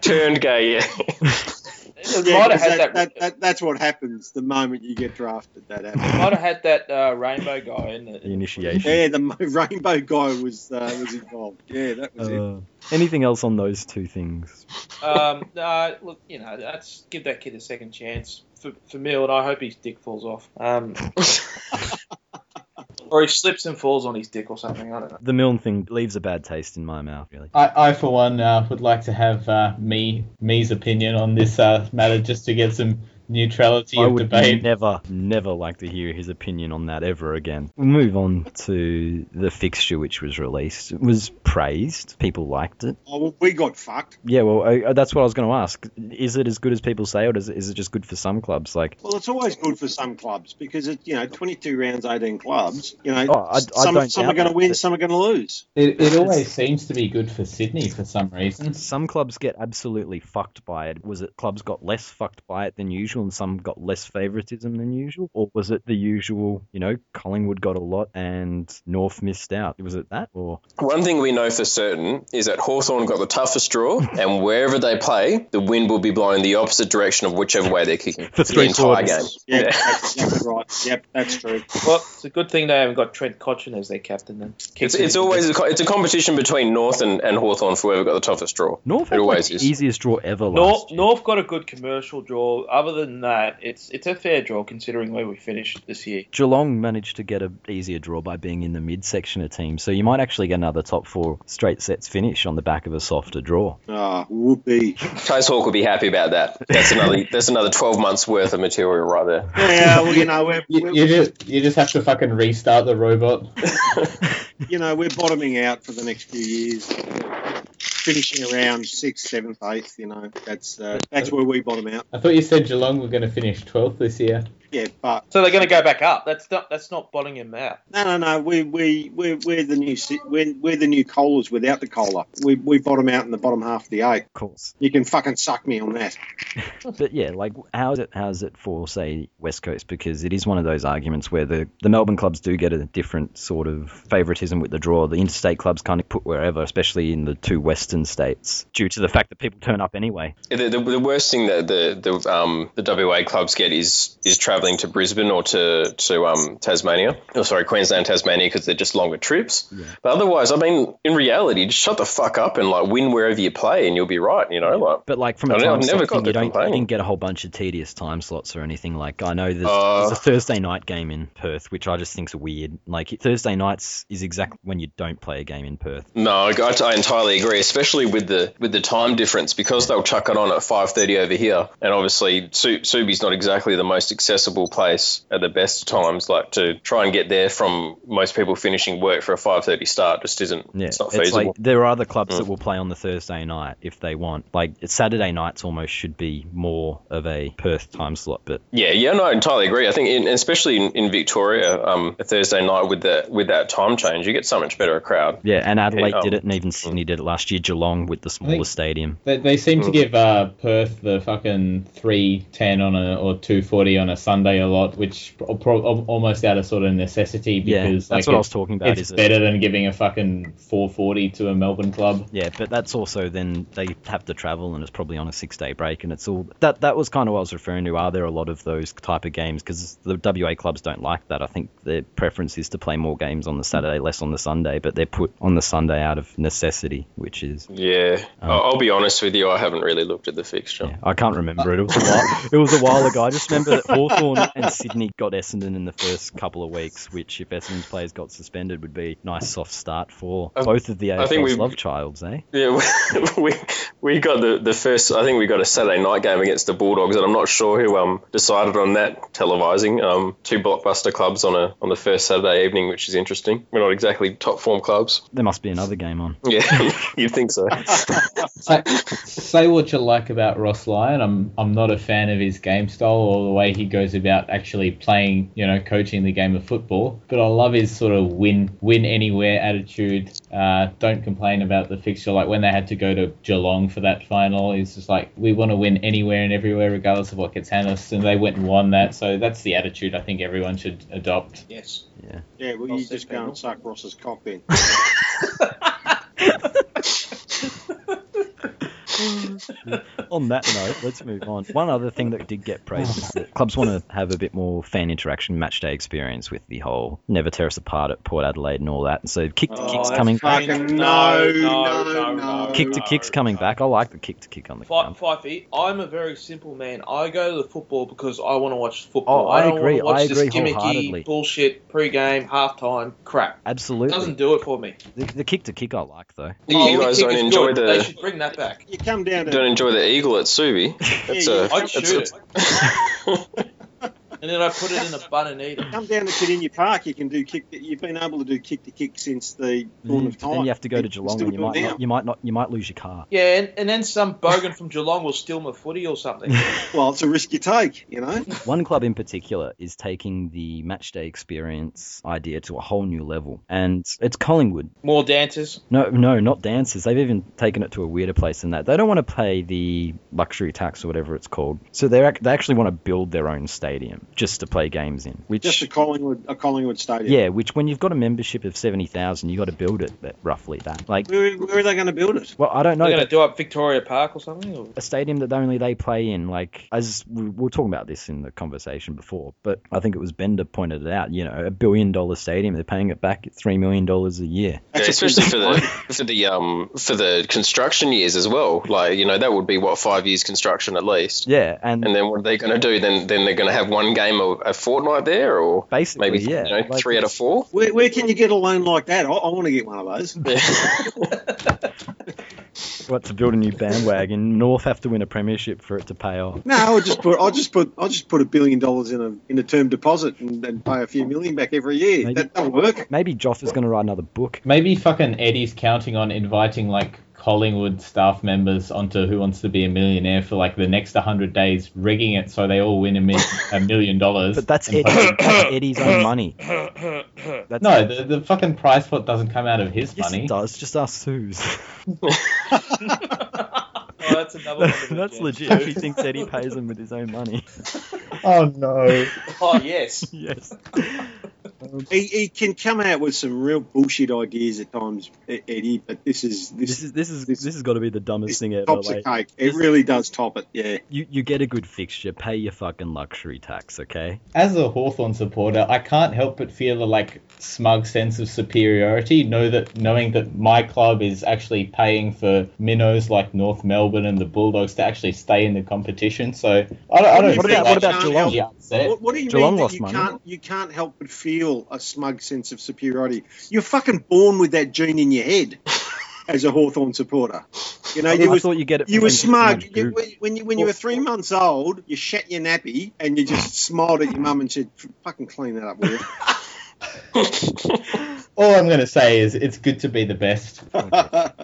Speaker 4: Turned gay, yeah.
Speaker 2: It
Speaker 3: yeah,
Speaker 2: might have
Speaker 3: 'cause
Speaker 2: had that.
Speaker 3: that, that, that, that's what happens the moment you get drafted. That happens.
Speaker 2: it might have had that uh, rainbow guy in it.
Speaker 1: The initiation.
Speaker 3: Yeah, the mo- rainbow guy was uh, was involved. Yeah, that was it.
Speaker 1: Uh, anything else on those two things?
Speaker 2: Um, no, look, you know, that's give that kid a second chance for, for Mill, and I hope his dick falls off. Um, or he slips and falls on his dick or something. I don't know.
Speaker 1: The Milne thing leaves a bad taste in my mouth, really.
Speaker 5: I, I for one, uh, would like to have uh, me me's opinion on this uh, matter just to get some neutrality
Speaker 1: I
Speaker 5: of
Speaker 1: would
Speaker 5: debate.
Speaker 1: never, never like to hear his opinion on that ever again. We'll move on to the fixture which was released. It was praised. People liked it.
Speaker 3: Oh, well, we got fucked.
Speaker 1: Yeah, well, I, uh, that's what I was going to ask. Is it as good as people say, or does it, is it just good for some clubs? Like,
Speaker 3: Well, it's always good for some clubs because it's you know 22 rounds, 18 clubs. You know,
Speaker 1: Oh, I- I
Speaker 3: some
Speaker 1: don't
Speaker 3: some
Speaker 1: doubt
Speaker 3: are going
Speaker 1: that,
Speaker 3: to win,
Speaker 1: but-
Speaker 3: some are going to lose.
Speaker 5: It, it always seems to be good for Sydney for some reason.
Speaker 1: some clubs get absolutely fucked by it. Was it clubs got less fucked by it than usual, and some got less favoritism than usual, or was it the usual? You know, Collingwood got a lot and North missed out. Was it that, or
Speaker 4: One thing we know for certain is that Hawthorn got the toughest draw, and wherever they play, the wind will be blowing the opposite direction of whichever way they're kicking
Speaker 1: For
Speaker 4: the
Speaker 1: three
Speaker 4: entire game.
Speaker 1: quarters.
Speaker 3: Yeah,
Speaker 4: Yeah.
Speaker 3: that's exactly right. Yep, that's true.
Speaker 2: Well, it's a good thing they haven't got Trent Cotchin as their captain. Then
Speaker 4: It's, it's always a, co- it's a competition between North and, and Hawthorn for whoever got the toughest draw.
Speaker 1: North
Speaker 4: it
Speaker 1: had like,
Speaker 4: always
Speaker 1: the
Speaker 4: is.
Speaker 1: easiest draw ever last
Speaker 2: North,
Speaker 1: year.
Speaker 2: North got a good commercial draw. Other than that, it's it's a fair draw considering where we finished this year.
Speaker 1: Geelong managed to get a easier draw by being in the midsection of teams, so you might actually get another top four straight sets finish on the back of a softer draw.
Speaker 3: Ah, whoopee.
Speaker 4: Case Hawk will be happy about that. That's another that's another twelve months worth of material right there.
Speaker 3: Yeah, well, you know, we're,
Speaker 5: You,
Speaker 3: we're
Speaker 5: you just you just have to fucking restart the robot.
Speaker 3: you know we're bottoming out for the next few years, finishing around sixth, seventh, eighth. You know, that's uh, that's where we bottom out.
Speaker 5: I thought you said Geelong were going to finish 12th this year.
Speaker 3: Yeah, but
Speaker 2: So they're going to go back up. That's not that's not bottoming him out.
Speaker 3: no, no, no. We we we're, we're the new si- we're, we're the new colas without the cola. We we bottom out in the bottom half of the eight.
Speaker 1: Of course,
Speaker 3: You can fucking suck me on that.
Speaker 1: but yeah, like how's it how's it for say West Coast because it is one of those arguments where the the Melbourne clubs do get a different sort of favoritism with the draw. The interstate clubs kind of put wherever, especially in the two Western states, due to the fact that people turn up anyway.
Speaker 4: The, the, the worst thing that the the um the WA clubs get is is travelling to Brisbane or to to um Tasmania. Oh, sorry, Queensland, Tasmania, because they're just longer trips. But otherwise, I mean, in reality, just shut the fuck up and like win wherever you play, and you'll be right. You know, like
Speaker 1: But like from a
Speaker 4: I don't-
Speaker 1: time
Speaker 4: I've never
Speaker 1: slot
Speaker 4: got
Speaker 1: thing, you
Speaker 4: the
Speaker 1: don't you
Speaker 4: complaint.
Speaker 1: didn't get a whole bunch of tedious time slots or anything. Like I know there's,
Speaker 4: Uh.
Speaker 1: there's a Thursday night game in Perth, which I just think's weird. Like Thursday nights is exactly when you don't play a game in Perth.
Speaker 4: No, I, got- I entirely agree, especially with the with the time difference because they'll chuck it on at five thirty over here, and obviously Su- Subi's not exactly the most accessible place at the best times. Like to try and get there from most people finishing work for a five thirty start just isn't.
Speaker 1: Yeah,
Speaker 4: it's not feasible.
Speaker 1: like there are other clubs that
Speaker 4: Mm.
Speaker 1: will play on the Thursday night if they want. Like Saturday nights almost should be more of a Perth time slot, but
Speaker 4: yeah, yeah, no, I entirely agree. I think, in, especially in, in Victoria, um, a Thursday night with the with that time change, you get so much better a crowd.
Speaker 1: yeah, and Adelaide
Speaker 4: um,
Speaker 1: did it, and even Sydney did it last year. Geelong with the smaller stadium. Hmm.
Speaker 5: They, they seem to
Speaker 4: Mm.
Speaker 5: give uh, Perth the fucking 310 on a or 240 on a Sunday a lot, which pro- pro- al- almost out of sort of necessity
Speaker 1: yeah,
Speaker 5: because
Speaker 1: that's
Speaker 5: like
Speaker 1: what I
Speaker 5: it-
Speaker 1: was talking about.
Speaker 5: it's
Speaker 1: is it-
Speaker 5: better than giving a fucking 440 to a Melbourne club.
Speaker 1: Yeah, but that's also then they have to travel and it's probably on a six day break and it's all that that was kind of what I was referring to. Are there a lot of those type of games? Because the WA clubs don't like that. I think their preference is to play more games on the Saturday, less on the Sunday, but they're put on the Sunday out of necessity, which is
Speaker 4: Yeah,
Speaker 1: Um,
Speaker 4: I I'll be honest with you. I haven't really looked at the fixture.
Speaker 1: yeah, I can't remember it. It was a
Speaker 4: Uh,
Speaker 1: while, it was a while ago. I just remember that Hawthorn and Sydney got Essendon in the first couple of weeks, which if Essendon's players got suspended would be a nice soft start for
Speaker 4: I-
Speaker 1: both of the
Speaker 4: I think
Speaker 1: AFL's
Speaker 4: we've-
Speaker 1: love childs, eh?
Speaker 4: Yeah, we we got the, the first. I think we got a Saturday night game against the Bulldogs, and I'm not sure who um decided on that televising. Um, two blockbuster clubs on a on the first Saturday evening, which is interesting. We're not exactly top form clubs.
Speaker 1: There must be another game on.
Speaker 4: Yeah, you'd think so.
Speaker 5: Say, say what you like about Ross Lyon. I'm I'm not a fan of his game style or the way he goes about actually playing, you know, coaching the game of football. But I love his sort of win win anywhere attitude. Uh, don't complain about the fixture. Like when they had to go to Geelong for that final, he's just like, we want to win anywhere and everywhere, regardless of what gets handed us. And they went and won that. So that's the attitude I think everyone should adopt.
Speaker 2: Yes.
Speaker 3: Yeah, well,
Speaker 2: I'll
Speaker 3: you
Speaker 2: say
Speaker 3: just go
Speaker 2: Pendle.
Speaker 3: and suck Ross's cock then.
Speaker 1: on that note, let's move on. One other thing that did get praised is that clubs want to have a bit more fan interaction, match day experience with the whole never tear us apart at Port Adelaide and all that. And so kick to
Speaker 2: Oh,
Speaker 1: kicks
Speaker 2: that's
Speaker 1: coming back.
Speaker 2: fine.
Speaker 3: Fucking
Speaker 2: No,
Speaker 3: no,
Speaker 2: no,
Speaker 3: no,
Speaker 2: no,
Speaker 3: no.
Speaker 2: no.
Speaker 1: Kick to kicks coming back. I like the kick to kick on the
Speaker 2: Five,
Speaker 1: ground.
Speaker 2: five feet. I'm a very simple man. I go to the football because I want to watch football.
Speaker 1: Oh, I
Speaker 2: don't Want
Speaker 1: agree.
Speaker 2: to watch
Speaker 1: I agree
Speaker 2: this gimmicky
Speaker 1: wholeheartedly.
Speaker 2: bullshit pre-game, halftime crap. It
Speaker 1: Absolutely.
Speaker 2: doesn't do it for me.
Speaker 1: The, the kick to kick I like though.
Speaker 4: You
Speaker 2: Oh, the
Speaker 4: guys
Speaker 2: kick
Speaker 4: don't
Speaker 2: is
Speaker 4: enjoy
Speaker 2: good.
Speaker 4: the-
Speaker 2: They should bring that back.
Speaker 3: You come down
Speaker 4: Don't
Speaker 3: to.
Speaker 4: enjoy the eagle at Subi. That's
Speaker 3: Yeah,
Speaker 4: a,
Speaker 3: yeah,
Speaker 2: I'd
Speaker 4: that's
Speaker 2: shoot
Speaker 4: a-
Speaker 2: it. And then I put it in a bun and eat it.
Speaker 3: Come down to Kadinya Park, you can do kick. You've been able to do kick to kick since the dawn
Speaker 1: Mm, Then
Speaker 3: of time.
Speaker 1: you have to go to Geelong
Speaker 3: still
Speaker 1: and you
Speaker 3: do it
Speaker 1: might
Speaker 3: now.
Speaker 1: not, you might not you might lose your car.
Speaker 2: Yeah, and, and then some bogan from Geelong will steal my footy or something.
Speaker 3: Well, it's a risk you take, you know.
Speaker 1: One club in particular is taking the match day experience idea to a whole new level, and it's Collingwood.
Speaker 2: More dancers.
Speaker 1: No, no, not dances. They've even taken it to a weirder place than that. They don't want to pay the luxury tax or whatever it's called. So they ac- they actually want to build their own stadium just to play games in. Which
Speaker 3: Just a Collingwood, a Collingwood stadium.
Speaker 1: yeah, which when you've got a membership of seventy thousand, you got to build it that, roughly that. Like,
Speaker 3: Where, where are they going to build it?
Speaker 1: well, I don't know.
Speaker 2: They're going
Speaker 1: but
Speaker 2: to do up Victoria Park or something. Or...
Speaker 1: a stadium that only they play in. Like, as we we were talking about this in the conversation before, but I think it was Bender pointed it out. You know, a billion dollar stadium, they're paying it back at three million dollars a year.
Speaker 4: Yeah,
Speaker 3: That's a
Speaker 4: especially for
Speaker 3: pretty-
Speaker 4: the for the um for the construction years as well. Like you know that would be what five years construction at least.
Speaker 1: Yeah, and,
Speaker 4: And then what are they going to do? Then then they're going to have one game a, a fortnight there, or
Speaker 1: basically,
Speaker 4: maybe
Speaker 1: yeah,
Speaker 4: you know,
Speaker 1: like
Speaker 4: three out of
Speaker 1: it's-
Speaker 4: four.
Speaker 3: Where, where can you get a loan like that? I, I want to get one of those.
Speaker 1: What to build a new bandwagon? North have to win a premiership for it to pay off.
Speaker 3: No, I'll just put I'll just put I'll just put a billion dollars in a in a term deposit and, and pay a few million back every year.
Speaker 1: Maybe-
Speaker 3: That, that'll work.
Speaker 1: Maybe Joff is going to write another book.
Speaker 5: Maybe fucking Eddie's counting on inviting like Collingwood staff members onto Who Wants to Be a Millionaire for like the next 100 days, rigging it so they all win a, mi- a million dollars.
Speaker 1: But that's Eddie,
Speaker 5: And
Speaker 1: that's Eddie's own money. That's
Speaker 5: No, the, the fucking prize pot doesn't come out of his
Speaker 1: Yes,
Speaker 5: money.
Speaker 1: it does. Just ask Suze.
Speaker 2: Oh, that's another one. of the
Speaker 1: That's
Speaker 2: jokes.
Speaker 1: legit. She thinks Eddie pays him with his own money.
Speaker 5: Oh no.
Speaker 2: Oh, yes.
Speaker 1: yes.
Speaker 3: He, he can come out with some real bullshit ideas at times, E- Eddie. But this is this,
Speaker 1: This is this is
Speaker 3: This-
Speaker 1: this has got to be the dumbest
Speaker 3: this
Speaker 1: thing ever.
Speaker 3: tops
Speaker 1: Like,
Speaker 3: a cake. It really does top it. Yeah.
Speaker 1: you you get a good fixture, pay your fucking luxury tax, okay?
Speaker 5: As a Hawthorn supporter, I can't help but feel a like smug sense of superiority, know that knowing that my club is actually paying for minnows like North Melbourne and the Bulldogs to actually stay in the competition. So I don't, I don't
Speaker 3: What
Speaker 5: feel like
Speaker 3: about- what about
Speaker 5: I'm
Speaker 3: Geelong?
Speaker 5: really upset.
Speaker 3: What, what do you
Speaker 1: Geelong
Speaker 3: mean that
Speaker 1: lost
Speaker 3: you
Speaker 1: money.
Speaker 3: can't you can't help but feel a smug sense of superiority? You're fucking born with that gene in your head as a Hawthorn supporter. You know,
Speaker 1: I,
Speaker 3: you
Speaker 1: I
Speaker 3: was
Speaker 1: thought you get it.
Speaker 3: you
Speaker 1: from
Speaker 3: were
Speaker 1: drinking too
Speaker 3: smug.
Speaker 1: much
Speaker 3: You,
Speaker 1: Google.
Speaker 3: when, when you when you were three months old, you shat your nappy and you just smiled at your mum and said, "Fucking clean that up, will you?"
Speaker 5: All I'm going to say is it's good to be the best.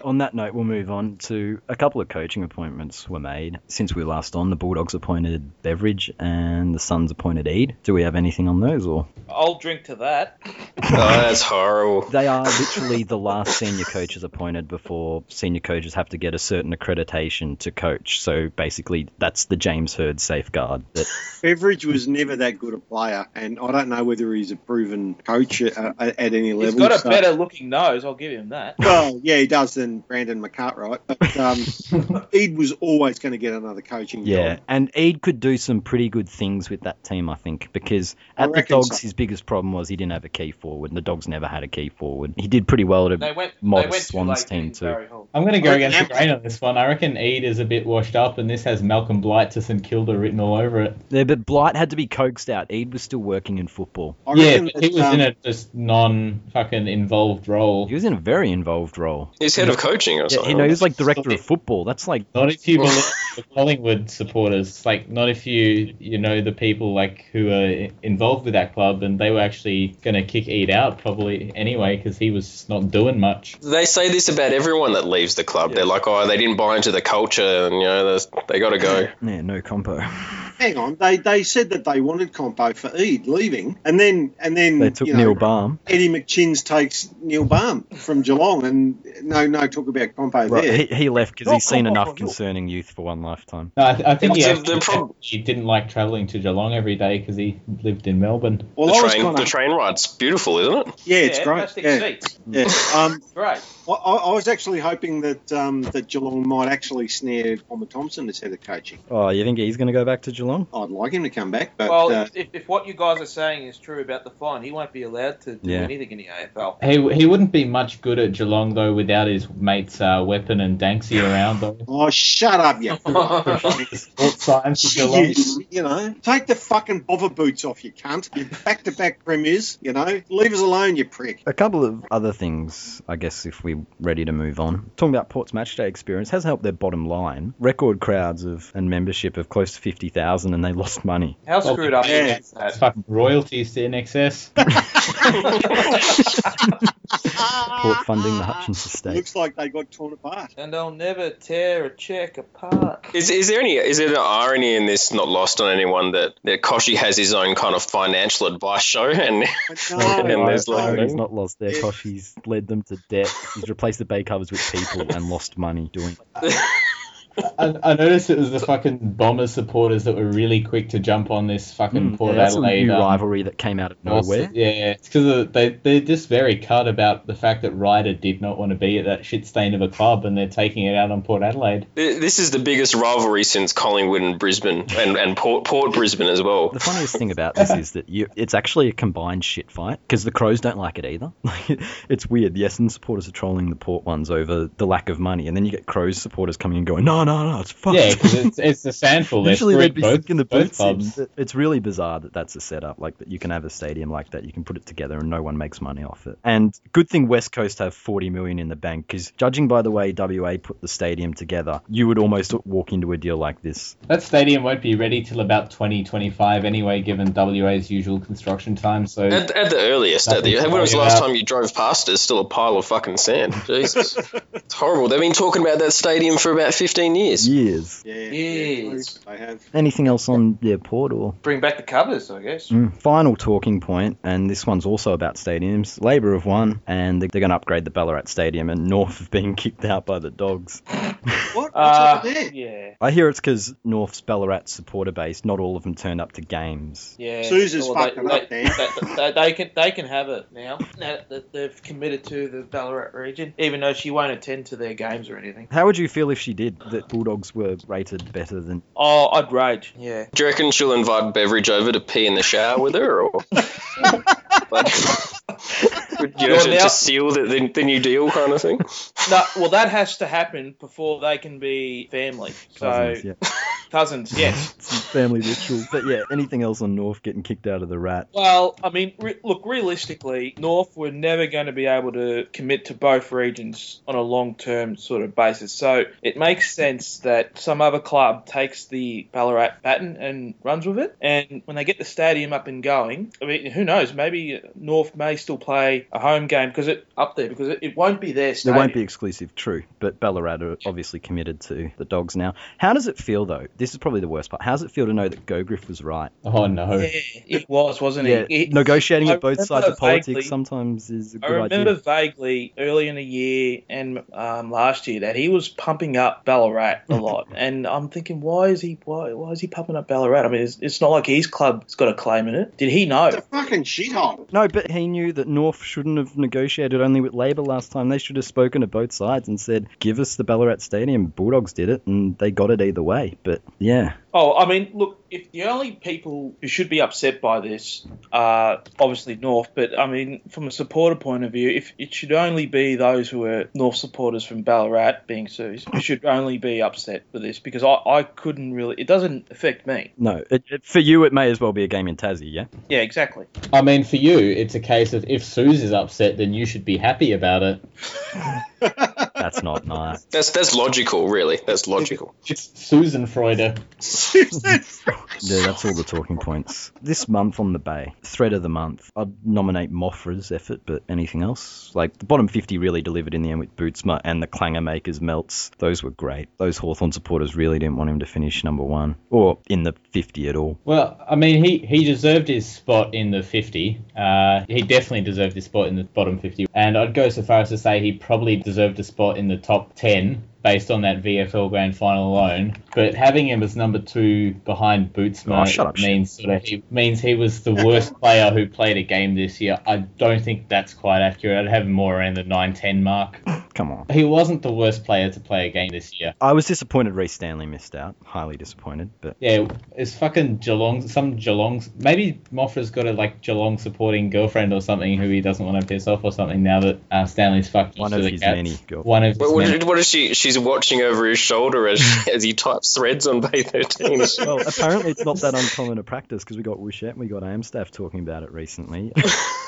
Speaker 1: on that note, we'll move on to a couple of coaching appointments were made since we were last on. The Bulldogs appointed Beveridge and the Suns appointed Ead. Do we have anything on those? Or
Speaker 2: I'll drink to that.
Speaker 4: oh, that's horrible.
Speaker 1: they are literally the last senior coaches appointed before senior coaches have to get a certain accreditation to coach. So basically, that's the James Heard safeguard. That
Speaker 3: Beveridge was never that good a player, and I don't know whether he's a proven coach at, at any
Speaker 2: He's
Speaker 3: level.
Speaker 2: got a
Speaker 3: so-
Speaker 2: better looking nose. I'll give him that.
Speaker 3: Well, yeah, he does than Brandon McCartwright. But um, Ed was always going to get another coaching
Speaker 1: Yeah,
Speaker 3: job.
Speaker 1: and Ead could do some pretty good things with that team, I think, because
Speaker 3: I
Speaker 1: at the
Speaker 3: reckon
Speaker 1: Dogs,
Speaker 3: so.
Speaker 1: his biggest problem was he didn't have a key forward, and the Dogs never had a key forward. He did pretty well at
Speaker 2: They
Speaker 1: a
Speaker 2: went.
Speaker 1: Modest
Speaker 2: they went too
Speaker 1: Swans
Speaker 2: late
Speaker 1: team
Speaker 2: getting
Speaker 1: too.
Speaker 2: Barry Hall.
Speaker 5: I'm going to go
Speaker 3: I
Speaker 5: against the
Speaker 3: reckon-
Speaker 5: grain on this one. I reckon Eid is a bit washed up, and this has Malcolm Blight to St Kilda written all over it.
Speaker 1: Yeah, but Blight had to be coaxed out. Ead was still working in football.
Speaker 3: I
Speaker 5: yeah,
Speaker 3: reckon
Speaker 5: but
Speaker 3: that,
Speaker 5: he was
Speaker 3: um,
Speaker 5: in a just non fucking involved role.
Speaker 1: He was in a very involved role.
Speaker 4: He's head of coaching or
Speaker 1: Yeah,
Speaker 4: something.
Speaker 1: you know, he was like director of football. That's like
Speaker 5: Not if you believe the Collingwood supporters, like not if you you know the people like who are i- involved with that club, and they were actually going to kick Eid out probably anyway because he was not doing much.
Speaker 4: they say this about everyone that leaves the club. They're like, oh, they didn't buy into the culture, and you know, there's- they got to go.
Speaker 1: yeah, no compo.
Speaker 3: hang on, they they said that they wanted Compo for Ed leaving, and then and then
Speaker 1: They took
Speaker 3: you know,
Speaker 1: Neil Baum.
Speaker 3: Eddie McChins takes Neil Baum from Geelong, and no no talk about Compo
Speaker 1: Right,
Speaker 3: there.
Speaker 1: he, he left because
Speaker 2: Not
Speaker 1: he's seen
Speaker 2: Compo,
Speaker 1: enough
Speaker 2: not-
Speaker 1: concerning youth for one lifetime.
Speaker 5: No, I, th- I think he,
Speaker 4: Well, the-
Speaker 5: actually
Speaker 4: the prob-
Speaker 5: said he didn't like travelling to Geelong every day because he lived in Melbourne.
Speaker 3: well, I
Speaker 4: the
Speaker 3: was
Speaker 4: train,
Speaker 3: kinda-
Speaker 4: the train ride's beautiful, isn't it?
Speaker 3: yeah, it's great.
Speaker 2: Plastic
Speaker 3: Yeah,
Speaker 2: seats.
Speaker 3: yeah. Um,
Speaker 2: Great.
Speaker 3: I, I I was actually hoping that um, that Geelong might actually snare Palmer Thompson as head of coaching.
Speaker 1: Oh, you think he's going to go back to Geelong?
Speaker 3: I'd like him to come back, but
Speaker 2: well,
Speaker 3: uh,
Speaker 2: if, if what you guys are saying is true about the fine, he won't be allowed to do
Speaker 1: Yeah.
Speaker 2: anything in the AFL.
Speaker 5: He, he wouldn't be much good at Geelong though without his mates uh, Weapon and Danksy around though.
Speaker 3: oh, shut up, you.
Speaker 5: The sports science of Geelong.
Speaker 3: Jeez, you know, take the fucking bother boots off, you cunt. You back-to-back premiers, you know. Leave us alone, you prick.
Speaker 1: A couple of other things, I guess, if we're ready to move on. Talking about Port's matchday experience has helped their bottom line. Record crowds of and membership of close to 50,000, and they lost money.
Speaker 2: How screwed up
Speaker 3: yeah.
Speaker 2: is that?
Speaker 5: Fucking royalties to NXS.
Speaker 1: Port funding the Hutchins estate.
Speaker 3: Looks like they got torn apart.
Speaker 2: And they'll never tear a check apart.
Speaker 4: Is, is there any is there an irony in this not lost on anyone that that Koshy has his own kind of financial advice show and
Speaker 3: But
Speaker 4: And
Speaker 3: no,
Speaker 4: there's like-
Speaker 1: he's not lost their
Speaker 3: Yeah.
Speaker 1: Kosh. He's led them to debt. He's replaced the bay covers with people and lost money doing.
Speaker 5: I, I noticed it was the fucking bomber supporters that were really quick to jump on this fucking Port
Speaker 1: Mm. that's a
Speaker 5: Adelaide
Speaker 1: new
Speaker 5: um,
Speaker 1: rivalry that came out of nowhere.
Speaker 5: Austin- Yeah, it's because they they're just very cut about the fact that Ryder did not want to be at that shit stain of a club, and they're taking it out on Port Adelaide.
Speaker 4: this is the biggest rivalry since Collingwood and Brisbane and, and Port Port Brisbane as well.
Speaker 1: The funniest thing about this is that you, it's actually a combined shit fight because the Crows don't like it either. Like, it's weird. The Essendon supporters are trolling the Port ones over the lack of money, and then you get Crows supporters coming and going, no, no, no, it's fucked.
Speaker 5: Yeah, because it's, it's the sandful. They're
Speaker 1: Usually
Speaker 5: screwed
Speaker 1: they'd be
Speaker 5: both,
Speaker 1: sinking the
Speaker 5: both
Speaker 1: boots in.
Speaker 5: clubs.
Speaker 1: It- It's really bizarre that that's a setup, like that you can have a stadium like that, you can put it together and no one makes money off it. And good thing West Coast have 40 million in the bank, because judging by the way WA put the stadium together, you would almost walk into a deal like this.
Speaker 5: That stadium won't be ready till about 2025 anyway, given WA's usual construction time. So
Speaker 4: At, at the earliest, at the,
Speaker 5: Nothing to
Speaker 4: when was the
Speaker 5: worry
Speaker 4: last
Speaker 5: about.
Speaker 4: time you drove past it? It's still a pile of fucking sand. Jesus, it's horrible. They've been talking about that stadium for about fifteen years.
Speaker 1: Years.
Speaker 3: yeah,
Speaker 2: Yes.
Speaker 3: yeah, they have.
Speaker 1: Anything else on their port or?
Speaker 2: Bring back the covers, I guess.
Speaker 1: Mm. Final talking point, and this one's also about stadiums. Labour have won, and they're going to upgrade the Ballarat Stadium, and North have been kicked out by the Dogs.
Speaker 3: What? What's
Speaker 2: Uh,
Speaker 3: up with that?
Speaker 2: yeah.
Speaker 1: I hear it's because North's Ballarat supporter base, not all of them turned up to games.
Speaker 2: Yeah,
Speaker 3: Suze's
Speaker 2: Well,
Speaker 3: fucking
Speaker 2: they,
Speaker 3: up,
Speaker 2: they,
Speaker 3: man.
Speaker 2: they- they- they can they can have it now. Now that they've committed to the Ballarat region, even though she won't attend to their games or anything.
Speaker 1: How would you feel if she did that Bulldogs were rated better than
Speaker 2: Oh, I'd rage. Yeah.
Speaker 4: Do you reckon she'll invite Beveridge over to pee in the shower with her, or? Like- you know,
Speaker 2: Well,
Speaker 4: to,
Speaker 2: now-
Speaker 4: to seal the, the, the new deal kind of thing.
Speaker 2: No, well, that has to happen before they can be family. So
Speaker 1: Cousins, yeah.
Speaker 2: cousins, yes.
Speaker 1: Some family ritual. But yeah, anything else on North getting kicked out of the rat?
Speaker 2: Well, I mean, re- look, realistically, North were never going to be able to commit to both regions on a long term sort of basis. So it makes sense that some other club takes the Ballarat baton and runs with it. And when they get the stadium up and going, I mean, who knows? Maybe North may still play a home game because it up there because it, it won't be their
Speaker 1: There
Speaker 2: stadium.
Speaker 1: won't be exclusive, true, but Ballarat are obviously committed to the dogs now. How does it feel though? This is probably the worst part. How does it feel to know that Gogriff was right?
Speaker 5: Oh no.
Speaker 2: Yeah, it was, wasn't
Speaker 1: Yeah,
Speaker 2: it? it?
Speaker 1: negotiating
Speaker 2: I
Speaker 1: with both sides
Speaker 2: remember
Speaker 1: of politics
Speaker 2: vaguely-
Speaker 1: sometimes is a
Speaker 2: I
Speaker 1: good
Speaker 2: remember
Speaker 1: idea.
Speaker 2: vaguely early in the year and um, last year that he was pumping up Ballarat a lot, and I'm thinking, why is he why, why is he pumping up Ballarat? I mean, it's, it's not like his club's got a claim in it. Did he know?
Speaker 3: It's a fucking shithole.
Speaker 1: No, but he knew that North shouldn't have negotiated only with Labour last time. They should have spoken to both sides and said, "Give us the Ballarat Stadium." Bulldogs did it, and they got it either way. But yeah,
Speaker 2: Oh, I mean, look, if the only people who should be upset by this are obviously North, but I mean, from a supporter point of view, if it should only be those who are North supporters from Ballarat being sued, who should only be upset with this because I, I couldn't really, it doesn't affect me.
Speaker 1: no, it, it- for you it may as well be a game in Tassie. Yeah,
Speaker 2: Yeah, exactly.
Speaker 5: I mean, for you, it's a case of if Suze is upset, then you should be happy about it.
Speaker 1: that's not nice.
Speaker 4: That's that's logical, really. That's logical.
Speaker 5: It's Susan Freuder.
Speaker 1: Yeah, that's all the talking points. This month on the Bay, thread of the month, I'd nominate Moffra's effort, but anything else? Like, the bottom 50 really delivered in the end with Bootsma and the Clanger Makers melts. Those were great. Those Hawthorn supporters really didn't want him to finish number one or in the 50 at all.
Speaker 5: Well, I mean, he, he deserved his spot in the 50. Uh, he definitely deserved his spot in the bottom 50. And I'd go so far as to say he probably deserved a spot in the top 10 based on that VFL grand final alone. But having him as number two behind Bootsma
Speaker 1: Oh, shut up, shit.
Speaker 5: means sort of he means he was the worst player who played a game this year. I don't think that's quite accurate. I'd have him more around the 9-10 mark.
Speaker 1: Come on.
Speaker 5: He wasn't the worst player to play a game this year.
Speaker 1: I was disappointed Reece Stanley missed out. Highly disappointed, but
Speaker 5: Yeah, it's fucking Geelong. Some Geelong. Maybe Moffra's got a like Geelong supporting girlfriend or something who he doesn't want to piss off or something. Now that uh, Stanley's fucked
Speaker 1: One
Speaker 5: to
Speaker 1: of
Speaker 5: the
Speaker 1: his
Speaker 5: Cats.
Speaker 1: many girlfriends.
Speaker 5: One of his
Speaker 4: What,
Speaker 5: many.
Speaker 4: what, what is she? She's watching over his shoulder as as he types threads on Bay 13.
Speaker 1: well, apparently it's not that uncommon a practice because we got Wishette and we got Amstaff talking about it recently.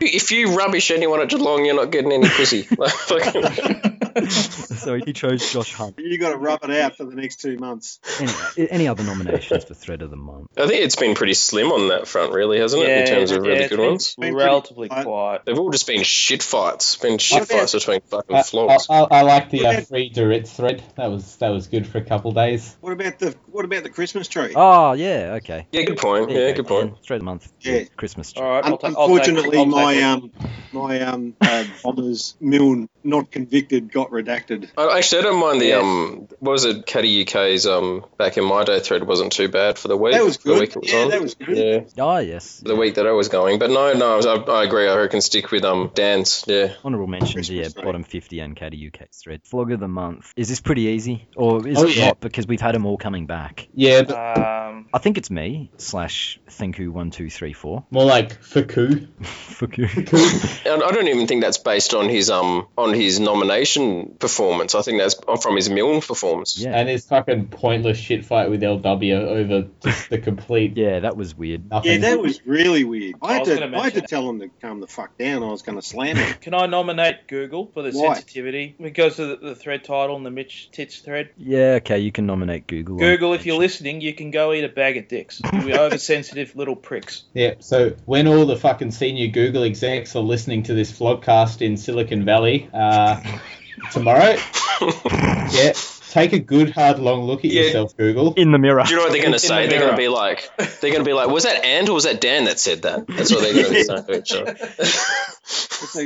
Speaker 4: if you rubbish anyone at Geelong, you're not getting any pussy. Like, fucking-
Speaker 1: so he chose Josh Hunt.
Speaker 3: You got to rub it out for the next two months.
Speaker 1: Anyway, any other nominations for thread of the month?
Speaker 4: I think it's been pretty slim on that front, really, hasn't it?
Speaker 2: yeah,
Speaker 4: in terms of really
Speaker 2: yeah,
Speaker 4: good
Speaker 2: it's
Speaker 4: ones.
Speaker 2: been
Speaker 3: ones?
Speaker 2: Relatively
Speaker 3: Pretty
Speaker 2: quiet.
Speaker 4: They've all just been shit fights. Been shit
Speaker 3: What about-
Speaker 4: fights between fucking
Speaker 5: I, I,
Speaker 4: flogs.
Speaker 5: I, I like the uh, free Durit thread. That was that was good for a couple days.
Speaker 3: What about the what about the Christmas tree?
Speaker 1: Oh yeah, okay.
Speaker 4: Yeah, good point.
Speaker 1: There you
Speaker 4: Yeah,
Speaker 1: go.
Speaker 4: good point.
Speaker 1: Through the month,
Speaker 3: Yeah.
Speaker 1: Christmas.
Speaker 2: All right. I'll
Speaker 3: Un-
Speaker 2: ta- I'll take-
Speaker 3: Unfortunately,
Speaker 2: I'll take
Speaker 3: my
Speaker 2: it.
Speaker 3: um, my um, uh, bombers Milne not convicted got redacted.
Speaker 4: I, actually, I don't mind the
Speaker 2: Yeah.
Speaker 4: um. What was it? Caddy UK's um. Back in my day, thread wasn't too bad for the week.
Speaker 3: That was
Speaker 4: The
Speaker 3: good.
Speaker 4: week it was
Speaker 3: Yeah,
Speaker 4: on.
Speaker 3: that was good.
Speaker 4: Yeah,
Speaker 1: Ah yes,
Speaker 4: the week that I was going. But no, no, I, was- I, I agree. I reckon stick with um. Dance. Yeah.
Speaker 1: honourable mentions. Yeah,
Speaker 3: Christmas, right.
Speaker 1: bottom fifty and Caddy UK thread. Flog of the month. Is this pretty easy, or is
Speaker 5: Oh,
Speaker 1: it
Speaker 5: yeah.
Speaker 1: not? Because we've had them all coming back.
Speaker 5: Yeah, but
Speaker 2: Um,
Speaker 1: I think it's me slash Thinku one two three four.
Speaker 5: more like Faku.
Speaker 1: Fuck you.
Speaker 4: And I don't even think that's based on his um on his nomination performance. I think that's from his Milne performance.
Speaker 1: Yeah,
Speaker 5: And this fucking pointless shit fight with LW over just the complete
Speaker 1: yeah, that was weird.
Speaker 5: nothing.
Speaker 3: Yeah, that was really weird. I
Speaker 2: I
Speaker 3: had,
Speaker 2: was
Speaker 3: to,
Speaker 2: gonna
Speaker 3: I had to
Speaker 2: mention it.
Speaker 3: tell him to calm the fuck down. I was going to slam him.
Speaker 2: can I nominate Google for the
Speaker 3: Why?
Speaker 2: sensitivity because of the, the thread title and the Mitch Tits thread?
Speaker 1: Yeah, okay, you can nominate Google.
Speaker 2: Google, if you're listening, you can go eat a bag of dicks. You oversensitive little pricks.
Speaker 5: Yeah, so when all the fucking senior Google execs are listening to this vlogcast in Silicon Valley uh, tomorrow, yeah, take a good hard long look at
Speaker 4: Yeah.
Speaker 5: yourself, Google.
Speaker 1: in the mirror.
Speaker 4: Do you know what they're going to
Speaker 2: It's in
Speaker 4: say?
Speaker 2: the
Speaker 4: they're going to be
Speaker 2: mirror.
Speaker 4: like, they're going to be like, was that Ant or was that Dan that said that? That's what they're going to be saying to each other.
Speaker 3: so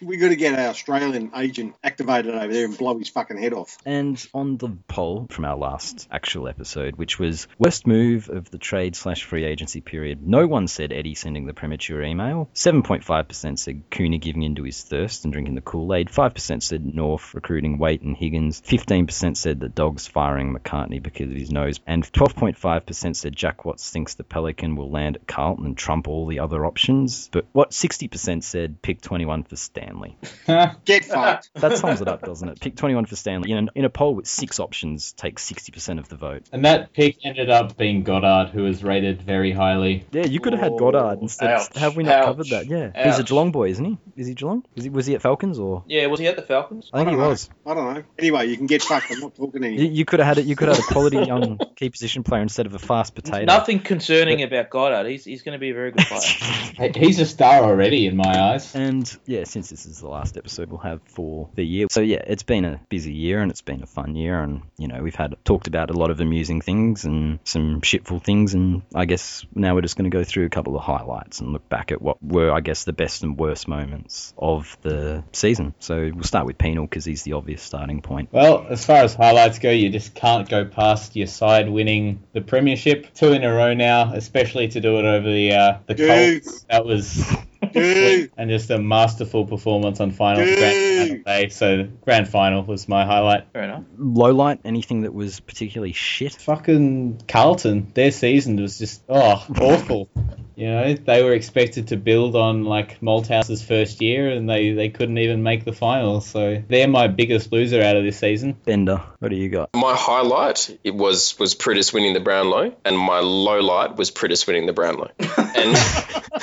Speaker 3: we got to get our Australian agent activated over there and blow his fucking head off.
Speaker 1: And on the poll from our last actual episode, which was worst move of the trade slash free agency period, no one said Eddie sending the premature email. 7.5% said Cooney giving in to his thirst and drinking the Kool Aid. 5% said North recruiting Waite and Higgins. 15% said the dogs firing McCartney because of his nose. And 12.5% said Jack Watts thinks the Pelican will land at Carlton and trump all the other options. But what 60% said pick 20. 21 for Stanley.
Speaker 3: Get fucked.
Speaker 1: That sums it up, doesn't it? Pick 21 for Stanley. In, an, in a poll with six options, takes 60% of the vote.
Speaker 5: And that pick ended up being Goddard, who was rated very highly.
Speaker 1: Yeah, you could have had Goddard instead.
Speaker 7: Ouch.
Speaker 1: have we not
Speaker 7: Ouch.
Speaker 1: covered that? Yeah. He's a
Speaker 7: Ouch.
Speaker 1: Geelong boy, isn't he? Is he Geelong? Is he, was he at Falcons or?
Speaker 2: Yeah, was he at the Falcons?
Speaker 1: I think he
Speaker 3: don't know.
Speaker 1: was.
Speaker 3: I don't know. Anyway, you can get fucked. I'm not talking
Speaker 1: You,
Speaker 3: anymore.
Speaker 1: you could have had it. You could have had a quality young key position player instead of a fast potato.
Speaker 2: Nothing concerning about Goddard. He's, he's going to be a very good player.
Speaker 5: He- He's a star already in my eyes.
Speaker 1: And yeah, since this is the last episode we'll have for the year. So yeah, it's been a busy year and it's been a fun year and you know, we've had talked about a lot of amusing things and some shitful things and I guess now we're just going to go through a couple of highlights and look back at what were I guess the best and worst moments of the season. So we'll start with Penal because he's the obvious starting point.
Speaker 5: Well, as far as highlights go, you just can't go past your side winning the premiership two in a row now, especially to do it over the uh, the
Speaker 3: Goo.
Speaker 5: Colts. That was
Speaker 3: Goo.
Speaker 5: and just a masterful performance on final grand final day. So grand final was my highlight.
Speaker 2: Fair enough.
Speaker 1: Low light, anything that was particularly shit.
Speaker 5: Fucking Carlton, their season was just oh awful. You know, they were expected to build on like Malthouse's first year, and they they couldn't even make the final. So they're my biggest loser out of this season.
Speaker 1: Bender, what do you got?
Speaker 4: My highlight it was was Pritis winning the Brownlow, and my low light was Pritis winning the Brownlow. And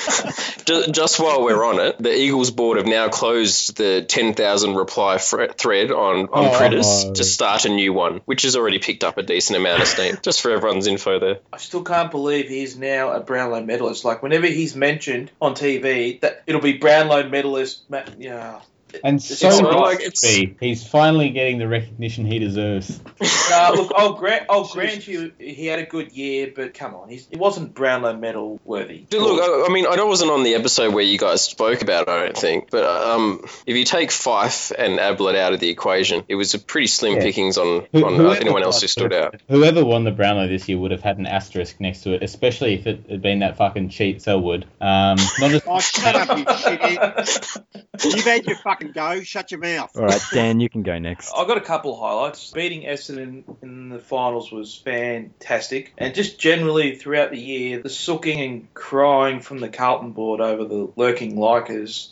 Speaker 4: ju- just while we're on it, the Eagles board have now closed the ten thousand reply fre- thread on on
Speaker 5: Oh.
Speaker 4: Pritis to start a new one, which has already picked up a decent amount of steam. Just for everyone's info, there.
Speaker 2: I still can't believe he's now a Brownlow medalist. Like whenever he's mentioned on TV, that it'll be Brownlow medalist. Ma- yeah.
Speaker 5: And
Speaker 2: It's
Speaker 5: so
Speaker 2: sort
Speaker 4: of like
Speaker 5: right
Speaker 4: it's-
Speaker 5: to be. he's finally getting the recognition he deserves.
Speaker 2: No, Uh, look, I'll grant, I'll grant you he had a good year, but come on, he's, it wasn't Brownlow medal worthy.
Speaker 4: Dude, Look, I, I mean, I wasn't on the episode where you guys spoke about it, I don't think, but um, if you take Fife and Ablett out of the equation, it was a pretty slim
Speaker 5: Yeah.
Speaker 4: pickings on,
Speaker 5: Who-
Speaker 4: on uh,
Speaker 5: whoever
Speaker 4: anyone else
Speaker 5: won
Speaker 4: who stood out.
Speaker 5: Whoever won the Brownlow this year would have had an asterisk next to it, especially if it had been that fucking cheat Selwood. Um, not as
Speaker 3: Oh, shut up, you shithead. You've had your fucking go. Shut your mouth.
Speaker 1: All right, Dan, you can go next.
Speaker 2: I got a couple of highlights. Beating Essendon in the finals was fantastic, and just generally throughout the year, the sooking and crying from the Carlton board over the lurking likers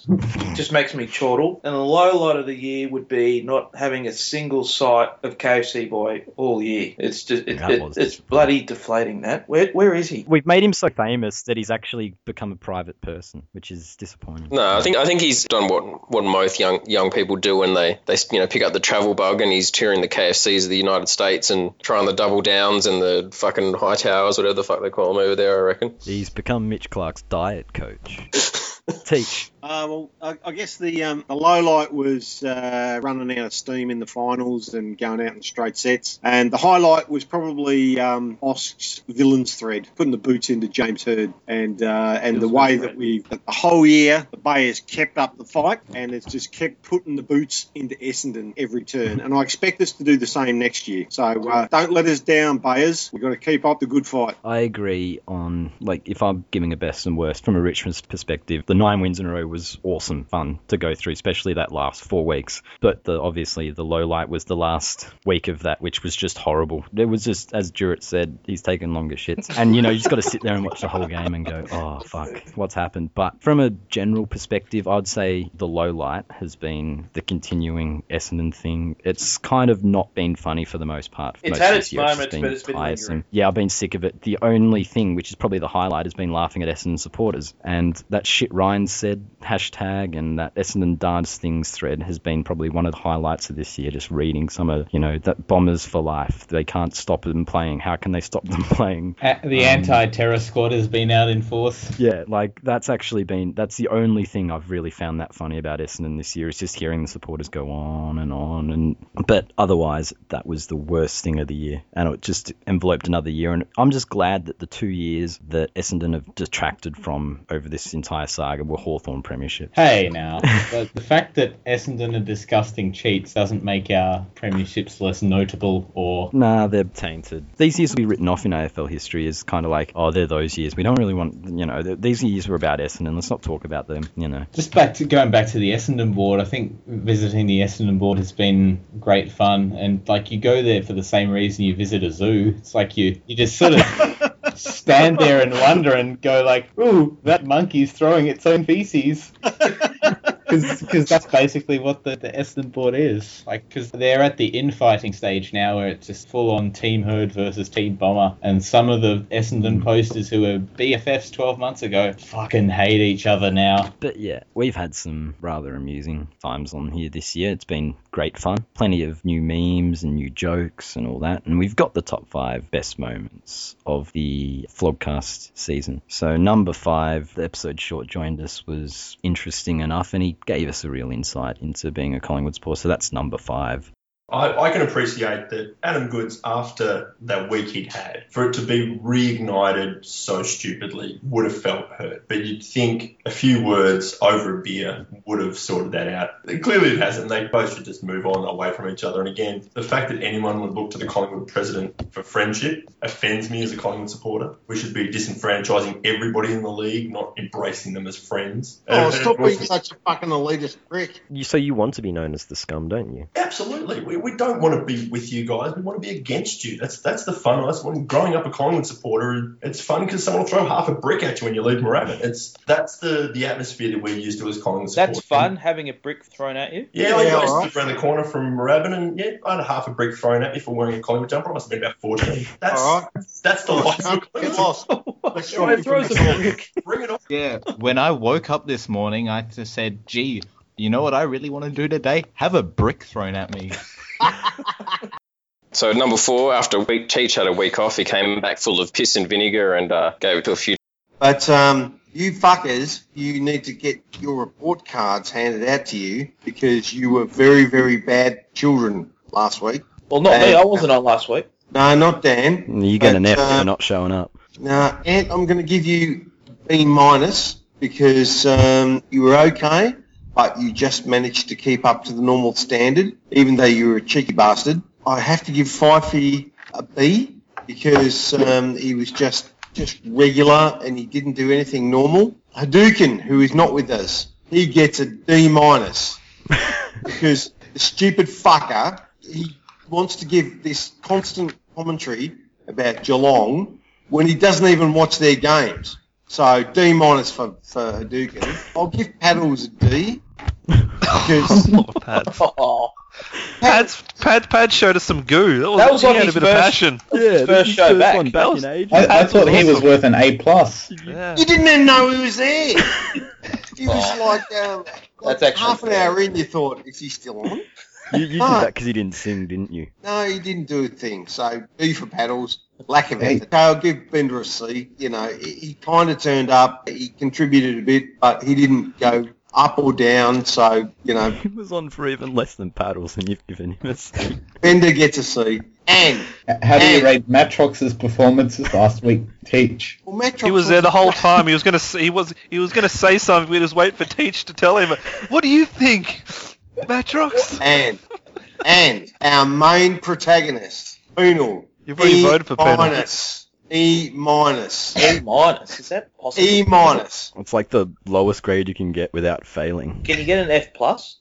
Speaker 2: just makes me chortle. And the low light of the year would be not having a single sight of KFC boy all year. It's just it,
Speaker 1: That
Speaker 2: it-
Speaker 1: was
Speaker 2: it's bloody deflating. That where where is he?
Speaker 1: We've made him so famous that he's actually become a private person, which is disappointing.
Speaker 4: No, I think I think he's done what what most young young people do when they they you know pick up the travel bug and he's touring the KFCs of the United States and trying the double downs and the fucking high towers, whatever the fuck they call them over there. I reckon.
Speaker 1: He's become Mitch Clark's diet coach. Teach.
Speaker 3: Uh, well, I, I guess the, um, the low light was uh, running out of steam in the finals and going out in straight sets. And the highlight was probably um, Osk's villains thread, putting the boots into James Heard, and uh, and the way that we that the whole year the Bay has kept up the fight and it's just kept putting the boots into Essendon every turn. And I expect us to do the same next year. So uh, don't let us down, Bayers. We've got to keep up the good fight.
Speaker 1: I agree on, like, if I'm giving a best and worst from a Richmond's perspective, the nine wins in a row was awesome fun to go through, especially that last four weeks. But the, obviously, the low light was the last week of that, which was just horrible. It was just, as Jurett said, he's taking longer shits. And, you know, you just got to sit there and watch the whole game and go, oh, fuck, what's happened? But from a general perspective, I'd say the low light has been the continuing Essendon thing. It's kind of not been funny for the most part. for
Speaker 2: It's
Speaker 1: most
Speaker 2: had
Speaker 1: of
Speaker 2: its
Speaker 1: this year.
Speaker 2: moments, but it's been lingering.
Speaker 1: Yeah, I've been sick of it. The only thing, which is probably the highlight, has been laughing at Essendon supporters. And that shit Ryan said hashtag and that Essendon dance things thread has been probably one of the highlights of this year. Just reading some of, you know, that bombers for life. They can't stop them playing. How can they stop them playing?
Speaker 5: a- the anti-terror squad has been out in force.
Speaker 1: Yeah, like that's actually been that's the only thing I've really found that funny about Essendon this year is just hearing the supporters go on and on and but otherwise that was the worst thing of the year and it just enveloped another year and I'm just glad that the two years that Essendon have detracted from over this entire saga were Hawthorn Premiership.
Speaker 5: Hey, now but the fact that Essendon are disgusting cheats doesn't make our premierships less notable or
Speaker 1: Nah, they're tainted. These years will be written off in AFL history as kind of like, oh, they're those years. We don't really want, you know, th- these years were about Essendon. Let's not talk about them, you know.
Speaker 5: Just back to going back to the Essendon board, I think visiting the Essendon board has been great fun, and like you go there for the same reason you visit a zoo. It's like you you just sort of stand there and wonder and go like, "Ooh, that monkey's throwing its own feces." because that's basically what the, the Essendon board is. Like, because they're at the infighting stage now where it's just full on Team Herd versus Team Bomber. And some of the Essendon posters who were BFFs 12 months ago fucking hate each other now.
Speaker 1: But yeah, we've had some rather amusing times on here this year. It's been great fun. Plenty of new memes and new jokes and all that. And we've got the top five best moments of the Flogcast season. So, number five, the episode Short joined us, was interesting enough and he gave us a real insight into being a Collingwood supporter. So, that's number five.
Speaker 8: I, I can appreciate that Adam Goods, after that week he'd had, for it to be reignited so stupidly would have felt hurt. But you'd think a few words over a beer would have sorted that out. And clearly it hasn't. They both should just move on away from each other. And again, the fact that anyone would look to the Collingwood president for friendship offends me as a Collingwood supporter. We should be disenfranchising everybody in the league, not embracing them as friends.
Speaker 3: Oh,
Speaker 8: And-
Speaker 3: stop being such a fucking elitist prick.
Speaker 9: You, so you want to be known as the scum, don't you?
Speaker 8: Absolutely. We, we don't want to be with you guys. We want to be against you. That's that's the fun. That's when growing up a Collingwood supporter, it's fun because someone will throw half a brick at you when you leave Moorabbin. It's that's the, the atmosphere that we're used to as Collingwood supporters.
Speaker 2: That's fun having a brick thrown at you.
Speaker 8: Yeah, I
Speaker 3: Yeah,
Speaker 8: used to
Speaker 3: alright.
Speaker 8: live around the corner from Moorabbin, and yeah, I had a half a brick thrown at me for wearing a Collingwood jumper. I must have been about fourteen. That's
Speaker 3: All right.
Speaker 8: that's the life. of
Speaker 3: Don't Get
Speaker 8: Collingwood.
Speaker 3: lost. Let's stop you from
Speaker 2: throws
Speaker 3: the
Speaker 2: a brick.
Speaker 8: Bring it on.
Speaker 5: Yeah. When I woke up this morning, I just said, gee, you know what I really want to do today? Have a brick thrown at me.
Speaker 4: So at number four, after a week, Teach had a week off. He came back full of piss and vinegar and uh, gave it to a few.
Speaker 3: But um, you fuckers, you need to get your report cards handed out to you because you were very, very bad children last week.
Speaker 2: Well, not me. I wasn't on last week.
Speaker 3: No, not Dan.
Speaker 1: You get an F
Speaker 3: But, uh,
Speaker 1: for not showing up.
Speaker 3: No, Ant, I'm going to give you B minus because um, you were okay, but you just managed to keep up to the normal standard, even though you were a cheeky bastard. I have to give Fifey a B because um, he was just just regular and he didn't do anything normal. Hadouken, who is not with us, he gets a D minus because the stupid fucker he wants to give this constant commentary about Geelong when he doesn't even watch their games. So D minus for, for Hadouken. I'll give Paddles a D because
Speaker 10: Oh, Pat.
Speaker 2: Oh,
Speaker 10: Pat's, Pat, Pat showed us some goo. That was,
Speaker 2: That was
Speaker 10: he
Speaker 2: on
Speaker 10: had
Speaker 2: his
Speaker 10: a bit
Speaker 2: first-
Speaker 10: of passion.
Speaker 1: Yeah,
Speaker 2: first show back.
Speaker 10: That was-
Speaker 1: ages.
Speaker 5: I, I thought he was worth an A. plus.
Speaker 10: Yeah.
Speaker 3: you didn't even know he was there. He was like, um, like
Speaker 2: That's actually
Speaker 3: half an
Speaker 2: fair.
Speaker 3: hour in, you thought, is he still on?
Speaker 1: You, you did
Speaker 3: Ah.
Speaker 1: that because he didn't sing, didn't you?
Speaker 3: No, he didn't do a thing. So B for Paddles. Lack of effort. Okay, I'll give Bender a C. You know, he, he kind of turned up. He contributed a bit, but he didn't go up or down. So, you know,
Speaker 1: He was on for even less than paddles, and you've given him a C.
Speaker 3: Bender gets a C. And,
Speaker 5: How do you
Speaker 3: Hey.
Speaker 5: rate Matrox's performances last week, Teach?
Speaker 3: well, Matrox
Speaker 10: He was there the whole time. He was
Speaker 2: E
Speaker 10: gonna s- he was he was gonna say something. We just wait for Teach to tell him. What do you think, Matrox?
Speaker 3: And, and our main protagonist, Penal. E
Speaker 10: You've already voted for Penal.
Speaker 3: Minus, e minus.
Speaker 2: A minus. Is that possible?
Speaker 3: E minus.
Speaker 1: It's like the lowest grade you can get without failing.
Speaker 2: Can you get an F plus?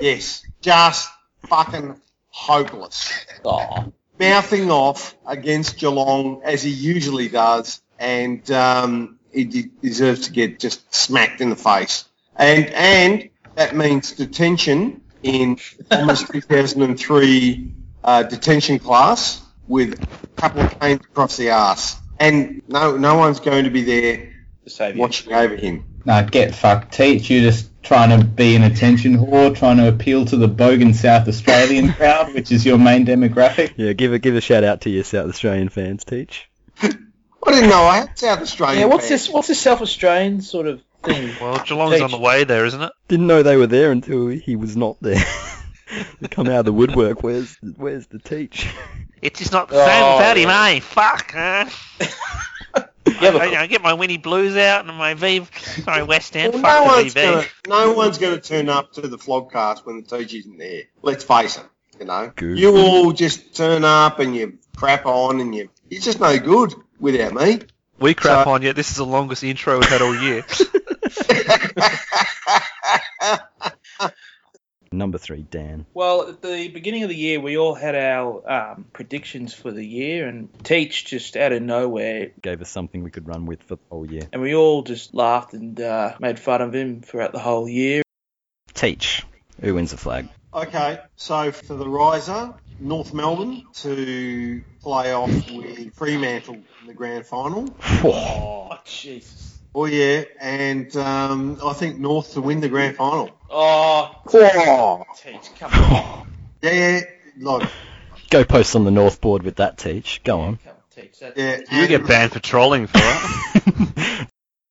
Speaker 3: Yes. Just fucking hopeless.
Speaker 2: Oh,
Speaker 3: mouthing off against Geelong as he usually does, and um, he de- deserves to get just smacked in the face. And and that means detention in almost 2003 uh, detention class with a couple of canes across the arse. And no, no one's going to be there
Speaker 2: to save you.
Speaker 3: watching over him.
Speaker 5: Nah, get fucked, Teach. You're just trying to be an attention whore, trying to appeal to the bogan South Australian crowd, which is your main demographic.
Speaker 1: Yeah, give a give a shout out to your South Australian fans, Teach.
Speaker 3: I didn't know I had South Australian.
Speaker 2: Yeah, what's
Speaker 3: fans.
Speaker 2: this? What's this South Australian sort of thing?
Speaker 10: Well, Geelong's on
Speaker 2: Teach.
Speaker 10: the way there, isn't it?
Speaker 1: Didn't know they were there until he was not there. they come out of the woodwork. Where's where's the Teach?
Speaker 10: It's just not the
Speaker 2: Oh,
Speaker 10: same without him,
Speaker 2: yeah.
Speaker 10: eh? Fuck, huh?
Speaker 2: Yeah,
Speaker 10: I,
Speaker 2: but
Speaker 10: I get my Winnie Blues out and my Vive, sorry, West End.
Speaker 3: Well,
Speaker 10: fuck
Speaker 3: no,
Speaker 10: the
Speaker 3: one's
Speaker 10: VB.
Speaker 3: gonna, no one's going to turn up to the flogcast when the Toge isn't there. Let's face it, you know.
Speaker 1: Good.
Speaker 3: You all just turn up and you crap on and you. You're just no good without me.
Speaker 10: We crap
Speaker 3: So-
Speaker 10: on yet. This is the longest intro we've had all year.
Speaker 1: Number three, Dan.
Speaker 2: well, at the beginning of the year, we all had our um, predictions for the year, and Teach just out of nowhere,
Speaker 1: Gave us something we could run with for the whole year.
Speaker 2: and we all just laughed and uh, made fun of him throughout the whole year.
Speaker 1: Teach. Who wins the flag?
Speaker 10: Okay, so for the riser, North Melbourne to play off with Fremantle in the grand final.
Speaker 2: Oh, Jesus.
Speaker 10: Oh yeah, and um, I think North to win the grand final.
Speaker 2: Oh,
Speaker 10: Oh.
Speaker 2: Teach, come on.
Speaker 10: Yeah, yeah, like
Speaker 1: Go post on the North board with that, Teach. Go on.
Speaker 2: Come on, Teach. That's
Speaker 10: yeah.
Speaker 11: You get banned for trolling for that.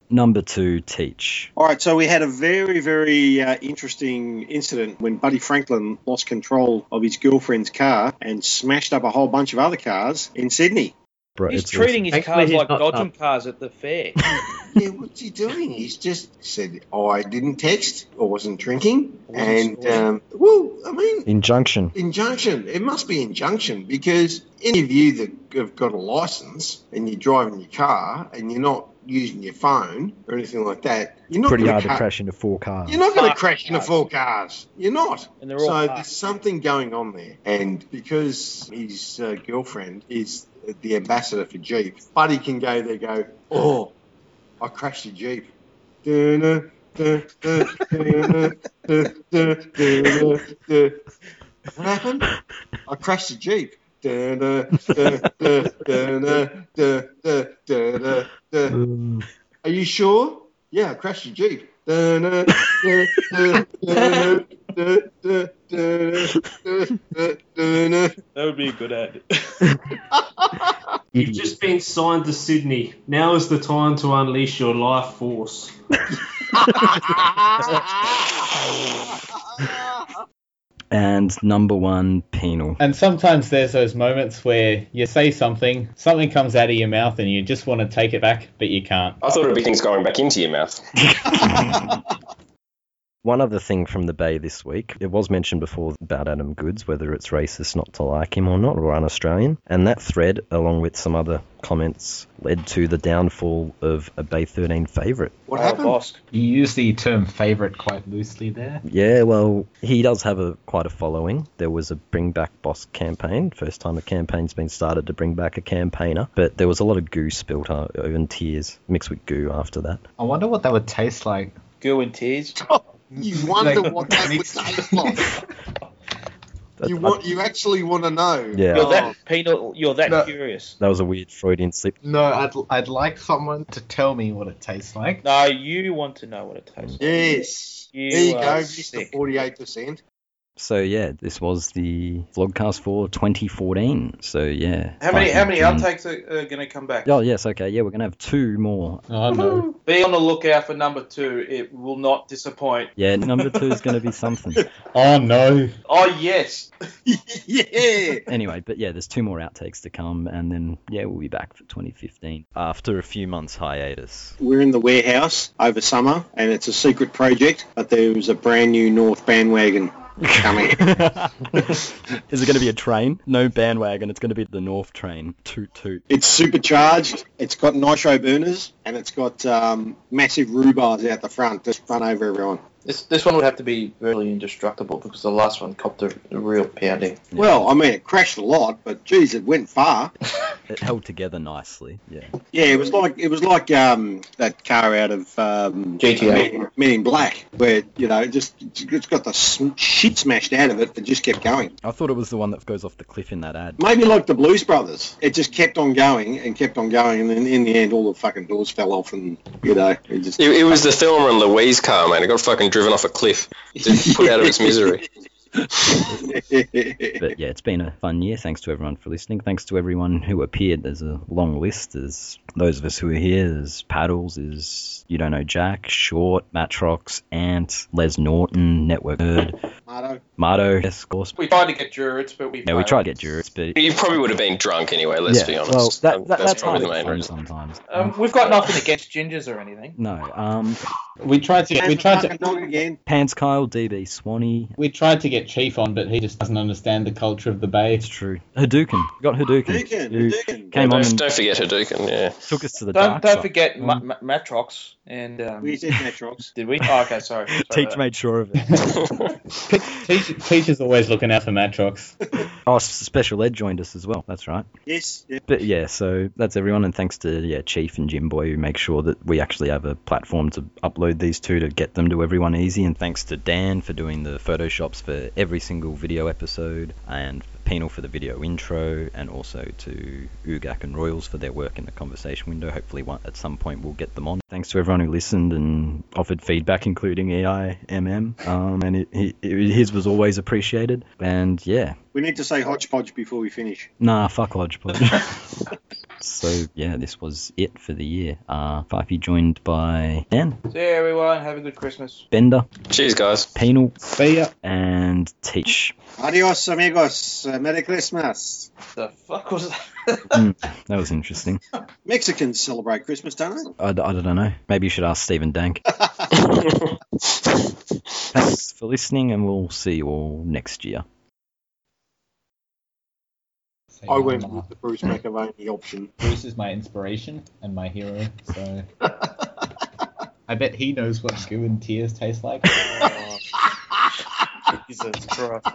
Speaker 1: Number two, Teach.
Speaker 3: All right, so we had a very, very uh, interesting incident when Buddy Franklin lost control of his girlfriend's car and smashed up a whole bunch of other cars in Sydney.
Speaker 1: Bro,
Speaker 2: He's
Speaker 1: it's
Speaker 2: treating his
Speaker 12: Thankfully
Speaker 2: cars
Speaker 12: he's
Speaker 2: like
Speaker 12: not
Speaker 2: dodgem cars at the fair.
Speaker 10: yeah, what's he doing? He's just said, "Oh, I didn't text, I wasn't drinking.
Speaker 2: Wasn't
Speaker 10: and,
Speaker 2: scoring.
Speaker 10: um, well, I mean,
Speaker 13: Injunction.
Speaker 10: injunction. It must be injunction because any of you that have got a license and you're driving your car and you're not using your phone or anything like that, you're not
Speaker 13: Pretty hard
Speaker 10: going
Speaker 13: to crash into four cars.
Speaker 10: You're not going to
Speaker 2: Fuck.
Speaker 10: crash into four cars. You're not.
Speaker 2: And they're all
Speaker 10: So
Speaker 2: fucked.
Speaker 10: Uh, there's something going on there. And because his uh, girlfriend is the ambassador for Jeep, Buddy can go there go, oh, I crashed a Jeep. Dunna, dun, dun, dunna, dun, dun, dunna, dun. What happened? I crashed a Jeep. Dunna, dun, dun, dunna, dun, dun, dunna, dun. Are you sure? Yeah, I crashed your Jeep. Da-na, da, da, da, da, da, da, da, da, da,
Speaker 2: that would be a good ad.
Speaker 14: You've just been signed to Sydney. Now is the time to unleash your life force.
Speaker 10: da.
Speaker 1: And number one, Penal.
Speaker 5: And sometimes there's those moments where you say something, something comes out of your mouth, and you just want to take it back, but you can't.
Speaker 4: I thought it'd be things going back into your mouth.
Speaker 13: One other thing from the Bay this week. It was mentioned before about Adam Goods, whether it's racist not to like him or not, or un Australian. And that thread, along with some other comments, led to the downfall of a Bay 13 favourite.
Speaker 10: What
Speaker 2: Oh,
Speaker 10: happened?
Speaker 2: Bosk.
Speaker 12: You use the term favourite quite loosely there.
Speaker 13: Yeah, well, he does have a quite a following. There was a Bring Back Boss campaign, first time a campaign's been started to bring back a campaigner. But there was a lot of goo spilt, uh, even tears mixed with goo after that.
Speaker 12: I wonder what that would taste like.
Speaker 2: Goo and tears.
Speaker 10: You wonder
Speaker 12: Like,
Speaker 10: what that would
Speaker 12: mixed-
Speaker 10: taste like.
Speaker 13: That-
Speaker 10: You
Speaker 13: I-
Speaker 10: want, you actually want to know.
Speaker 13: Yeah.
Speaker 2: You're
Speaker 10: Oh,
Speaker 2: that penal. You're that
Speaker 12: No.
Speaker 2: curious.
Speaker 13: that was a weird Freudian slip.
Speaker 12: No, I'd, I'd like someone to tell me what it tastes like.
Speaker 2: No, you want to know what it tastes like.
Speaker 10: Yes.
Speaker 2: You
Speaker 10: there you
Speaker 2: are
Speaker 3: uh,
Speaker 10: go, Mister
Speaker 2: sick.
Speaker 10: Forty-eight Percent.
Speaker 1: So yeah, this was the vlogcast for 2014. So yeah.
Speaker 2: How many?
Speaker 1: Fighting
Speaker 2: How many
Speaker 1: John.
Speaker 2: outtakes are, are going to come back?
Speaker 1: Oh yes, okay, yeah, we're gonna have two more.
Speaker 5: Oh no.
Speaker 2: Be on the lookout for number two. It will not disappoint.
Speaker 1: Yeah, number two is gonna be something.
Speaker 5: Oh no.
Speaker 2: Oh yes.
Speaker 10: yeah.
Speaker 1: Anyway, but yeah, there's two more outtakes to come, and then yeah, we'll be back for 2015
Speaker 15: After a few months hiatus,
Speaker 3: We're in the warehouse over summer, and it's a secret project, but there was a brand new North bandwagon coming.
Speaker 1: Is it going to be a train? No bandwagon. It's going to be the North train. Toot toot.
Speaker 3: It's supercharged. It's got nitro burners and it's got um, massive rhubarbs out the front just run over everyone.
Speaker 2: This this one would have to be virtually indestructible because the last one copped a, a real pounding.
Speaker 3: Well, I mean, it crashed a lot, but geez, it went far.
Speaker 1: It held together nicely. Yeah.
Speaker 3: Yeah, it was like it was like um, that car out of um,
Speaker 2: GTA.
Speaker 3: Men, Men in Black, where you know, it just it's got the sm- shit smashed out of it, but just kept going.
Speaker 1: I thought it was the one that goes off the cliff in that ad.
Speaker 3: Maybe like the Blues Brothers, it just kept on going and kept on going, and then in the end, all the fucking doors fell off, and you know, it just
Speaker 4: It, it was the Thelma and Louise car, man. It got fucking driven off a cliff. Just put out of its misery.
Speaker 1: But yeah, it's been a fun year. Thanks to everyone for listening. Thanks to everyone who appeared. There's a long list. There's those of us who are here. There's Paddles. Is you don't know Jack, Short, Matrox, Ant, Les Norton, Network Nerd,
Speaker 3: Mardo.
Speaker 1: Mardo. Yes, of course.
Speaker 2: We tried to get Druids, but we
Speaker 1: Yeah, we
Speaker 2: failed.
Speaker 1: tried to get Jurits, but
Speaker 4: You probably would have been drunk anyway, let's
Speaker 1: yeah,
Speaker 4: be
Speaker 1: Well,
Speaker 4: honest.
Speaker 1: that, that,
Speaker 4: that's
Speaker 1: that's
Speaker 4: probably
Speaker 1: hard
Speaker 4: the
Speaker 1: to
Speaker 4: main
Speaker 1: explain
Speaker 4: reason.
Speaker 1: sometimes.
Speaker 2: Um, we've got nothing against gingers or anything.
Speaker 1: No. Um,
Speaker 5: We tried to. We
Speaker 3: And
Speaker 5: tried to.
Speaker 3: fucking dog again.
Speaker 1: Pants Kyle, DB Swanee.
Speaker 5: We tried to get Chief on, but he just doesn't understand the culture of the Bay.
Speaker 1: It's true. Hadouken. We got Hadouken.
Speaker 3: Hadouken,
Speaker 1: who
Speaker 3: Hadouken.
Speaker 1: Came on
Speaker 4: Don't,
Speaker 1: and
Speaker 4: don't forget Mm. Hadouken, yeah.
Speaker 1: took us to the
Speaker 2: Don't
Speaker 1: dark
Speaker 2: don't
Speaker 1: side. Mm.
Speaker 2: forget Ma- Ma- Matrox and um,
Speaker 3: We said Matrox.
Speaker 2: did we? Oh, okay, sorry. Sorry
Speaker 1: Teach
Speaker 2: about
Speaker 1: made sure of it.
Speaker 5: Pick,
Speaker 4: Teach, teachers always looking out for Matrox.
Speaker 1: Oh, S- Special Ed joined us as well. That's right.
Speaker 3: Yes. yeah.
Speaker 1: But yeah, so that's everyone, and thanks to yeah Chief and Jim Boy who make sure that we actually have a platform to upload these two to get them to everyone easy. And thanks to Dan for doing the photoshops for every single video episode, and Penal for the video intro, and also to Ugak and Royals for their work in the conversation window. Hopefully, one, at some point we'll get them on. Thanks to everyone who listened and offered feedback, including EIMM, um, and it, it, it, his was always appreciated. And yeah,
Speaker 3: We need to say hodgepodge before we finish.
Speaker 1: Nah, fuck Lodgepod. so yeah, this was it for the year. Uh, Fifey joined by Dan,
Speaker 2: See you, everyone. Have a good Christmas.
Speaker 1: Bender,
Speaker 16: Cheers, guys.
Speaker 1: Penal,
Speaker 4: See ya.
Speaker 1: and Teach.
Speaker 3: Adios, amigos. Uh, Merry Christmas.
Speaker 2: The fuck was that?
Speaker 1: Mm, that was interesting.
Speaker 3: Mexicans celebrate Christmas, don't
Speaker 1: I, I don't know. Maybe you should ask Stephen Dank. Thanks for listening, and we'll see you all next year.
Speaker 17: I went with the Bruce McAvaney option.
Speaker 5: Bruce is my inspiration and my hero, so I bet he knows what goo and tears taste like.
Speaker 3: they? Jesus Christ.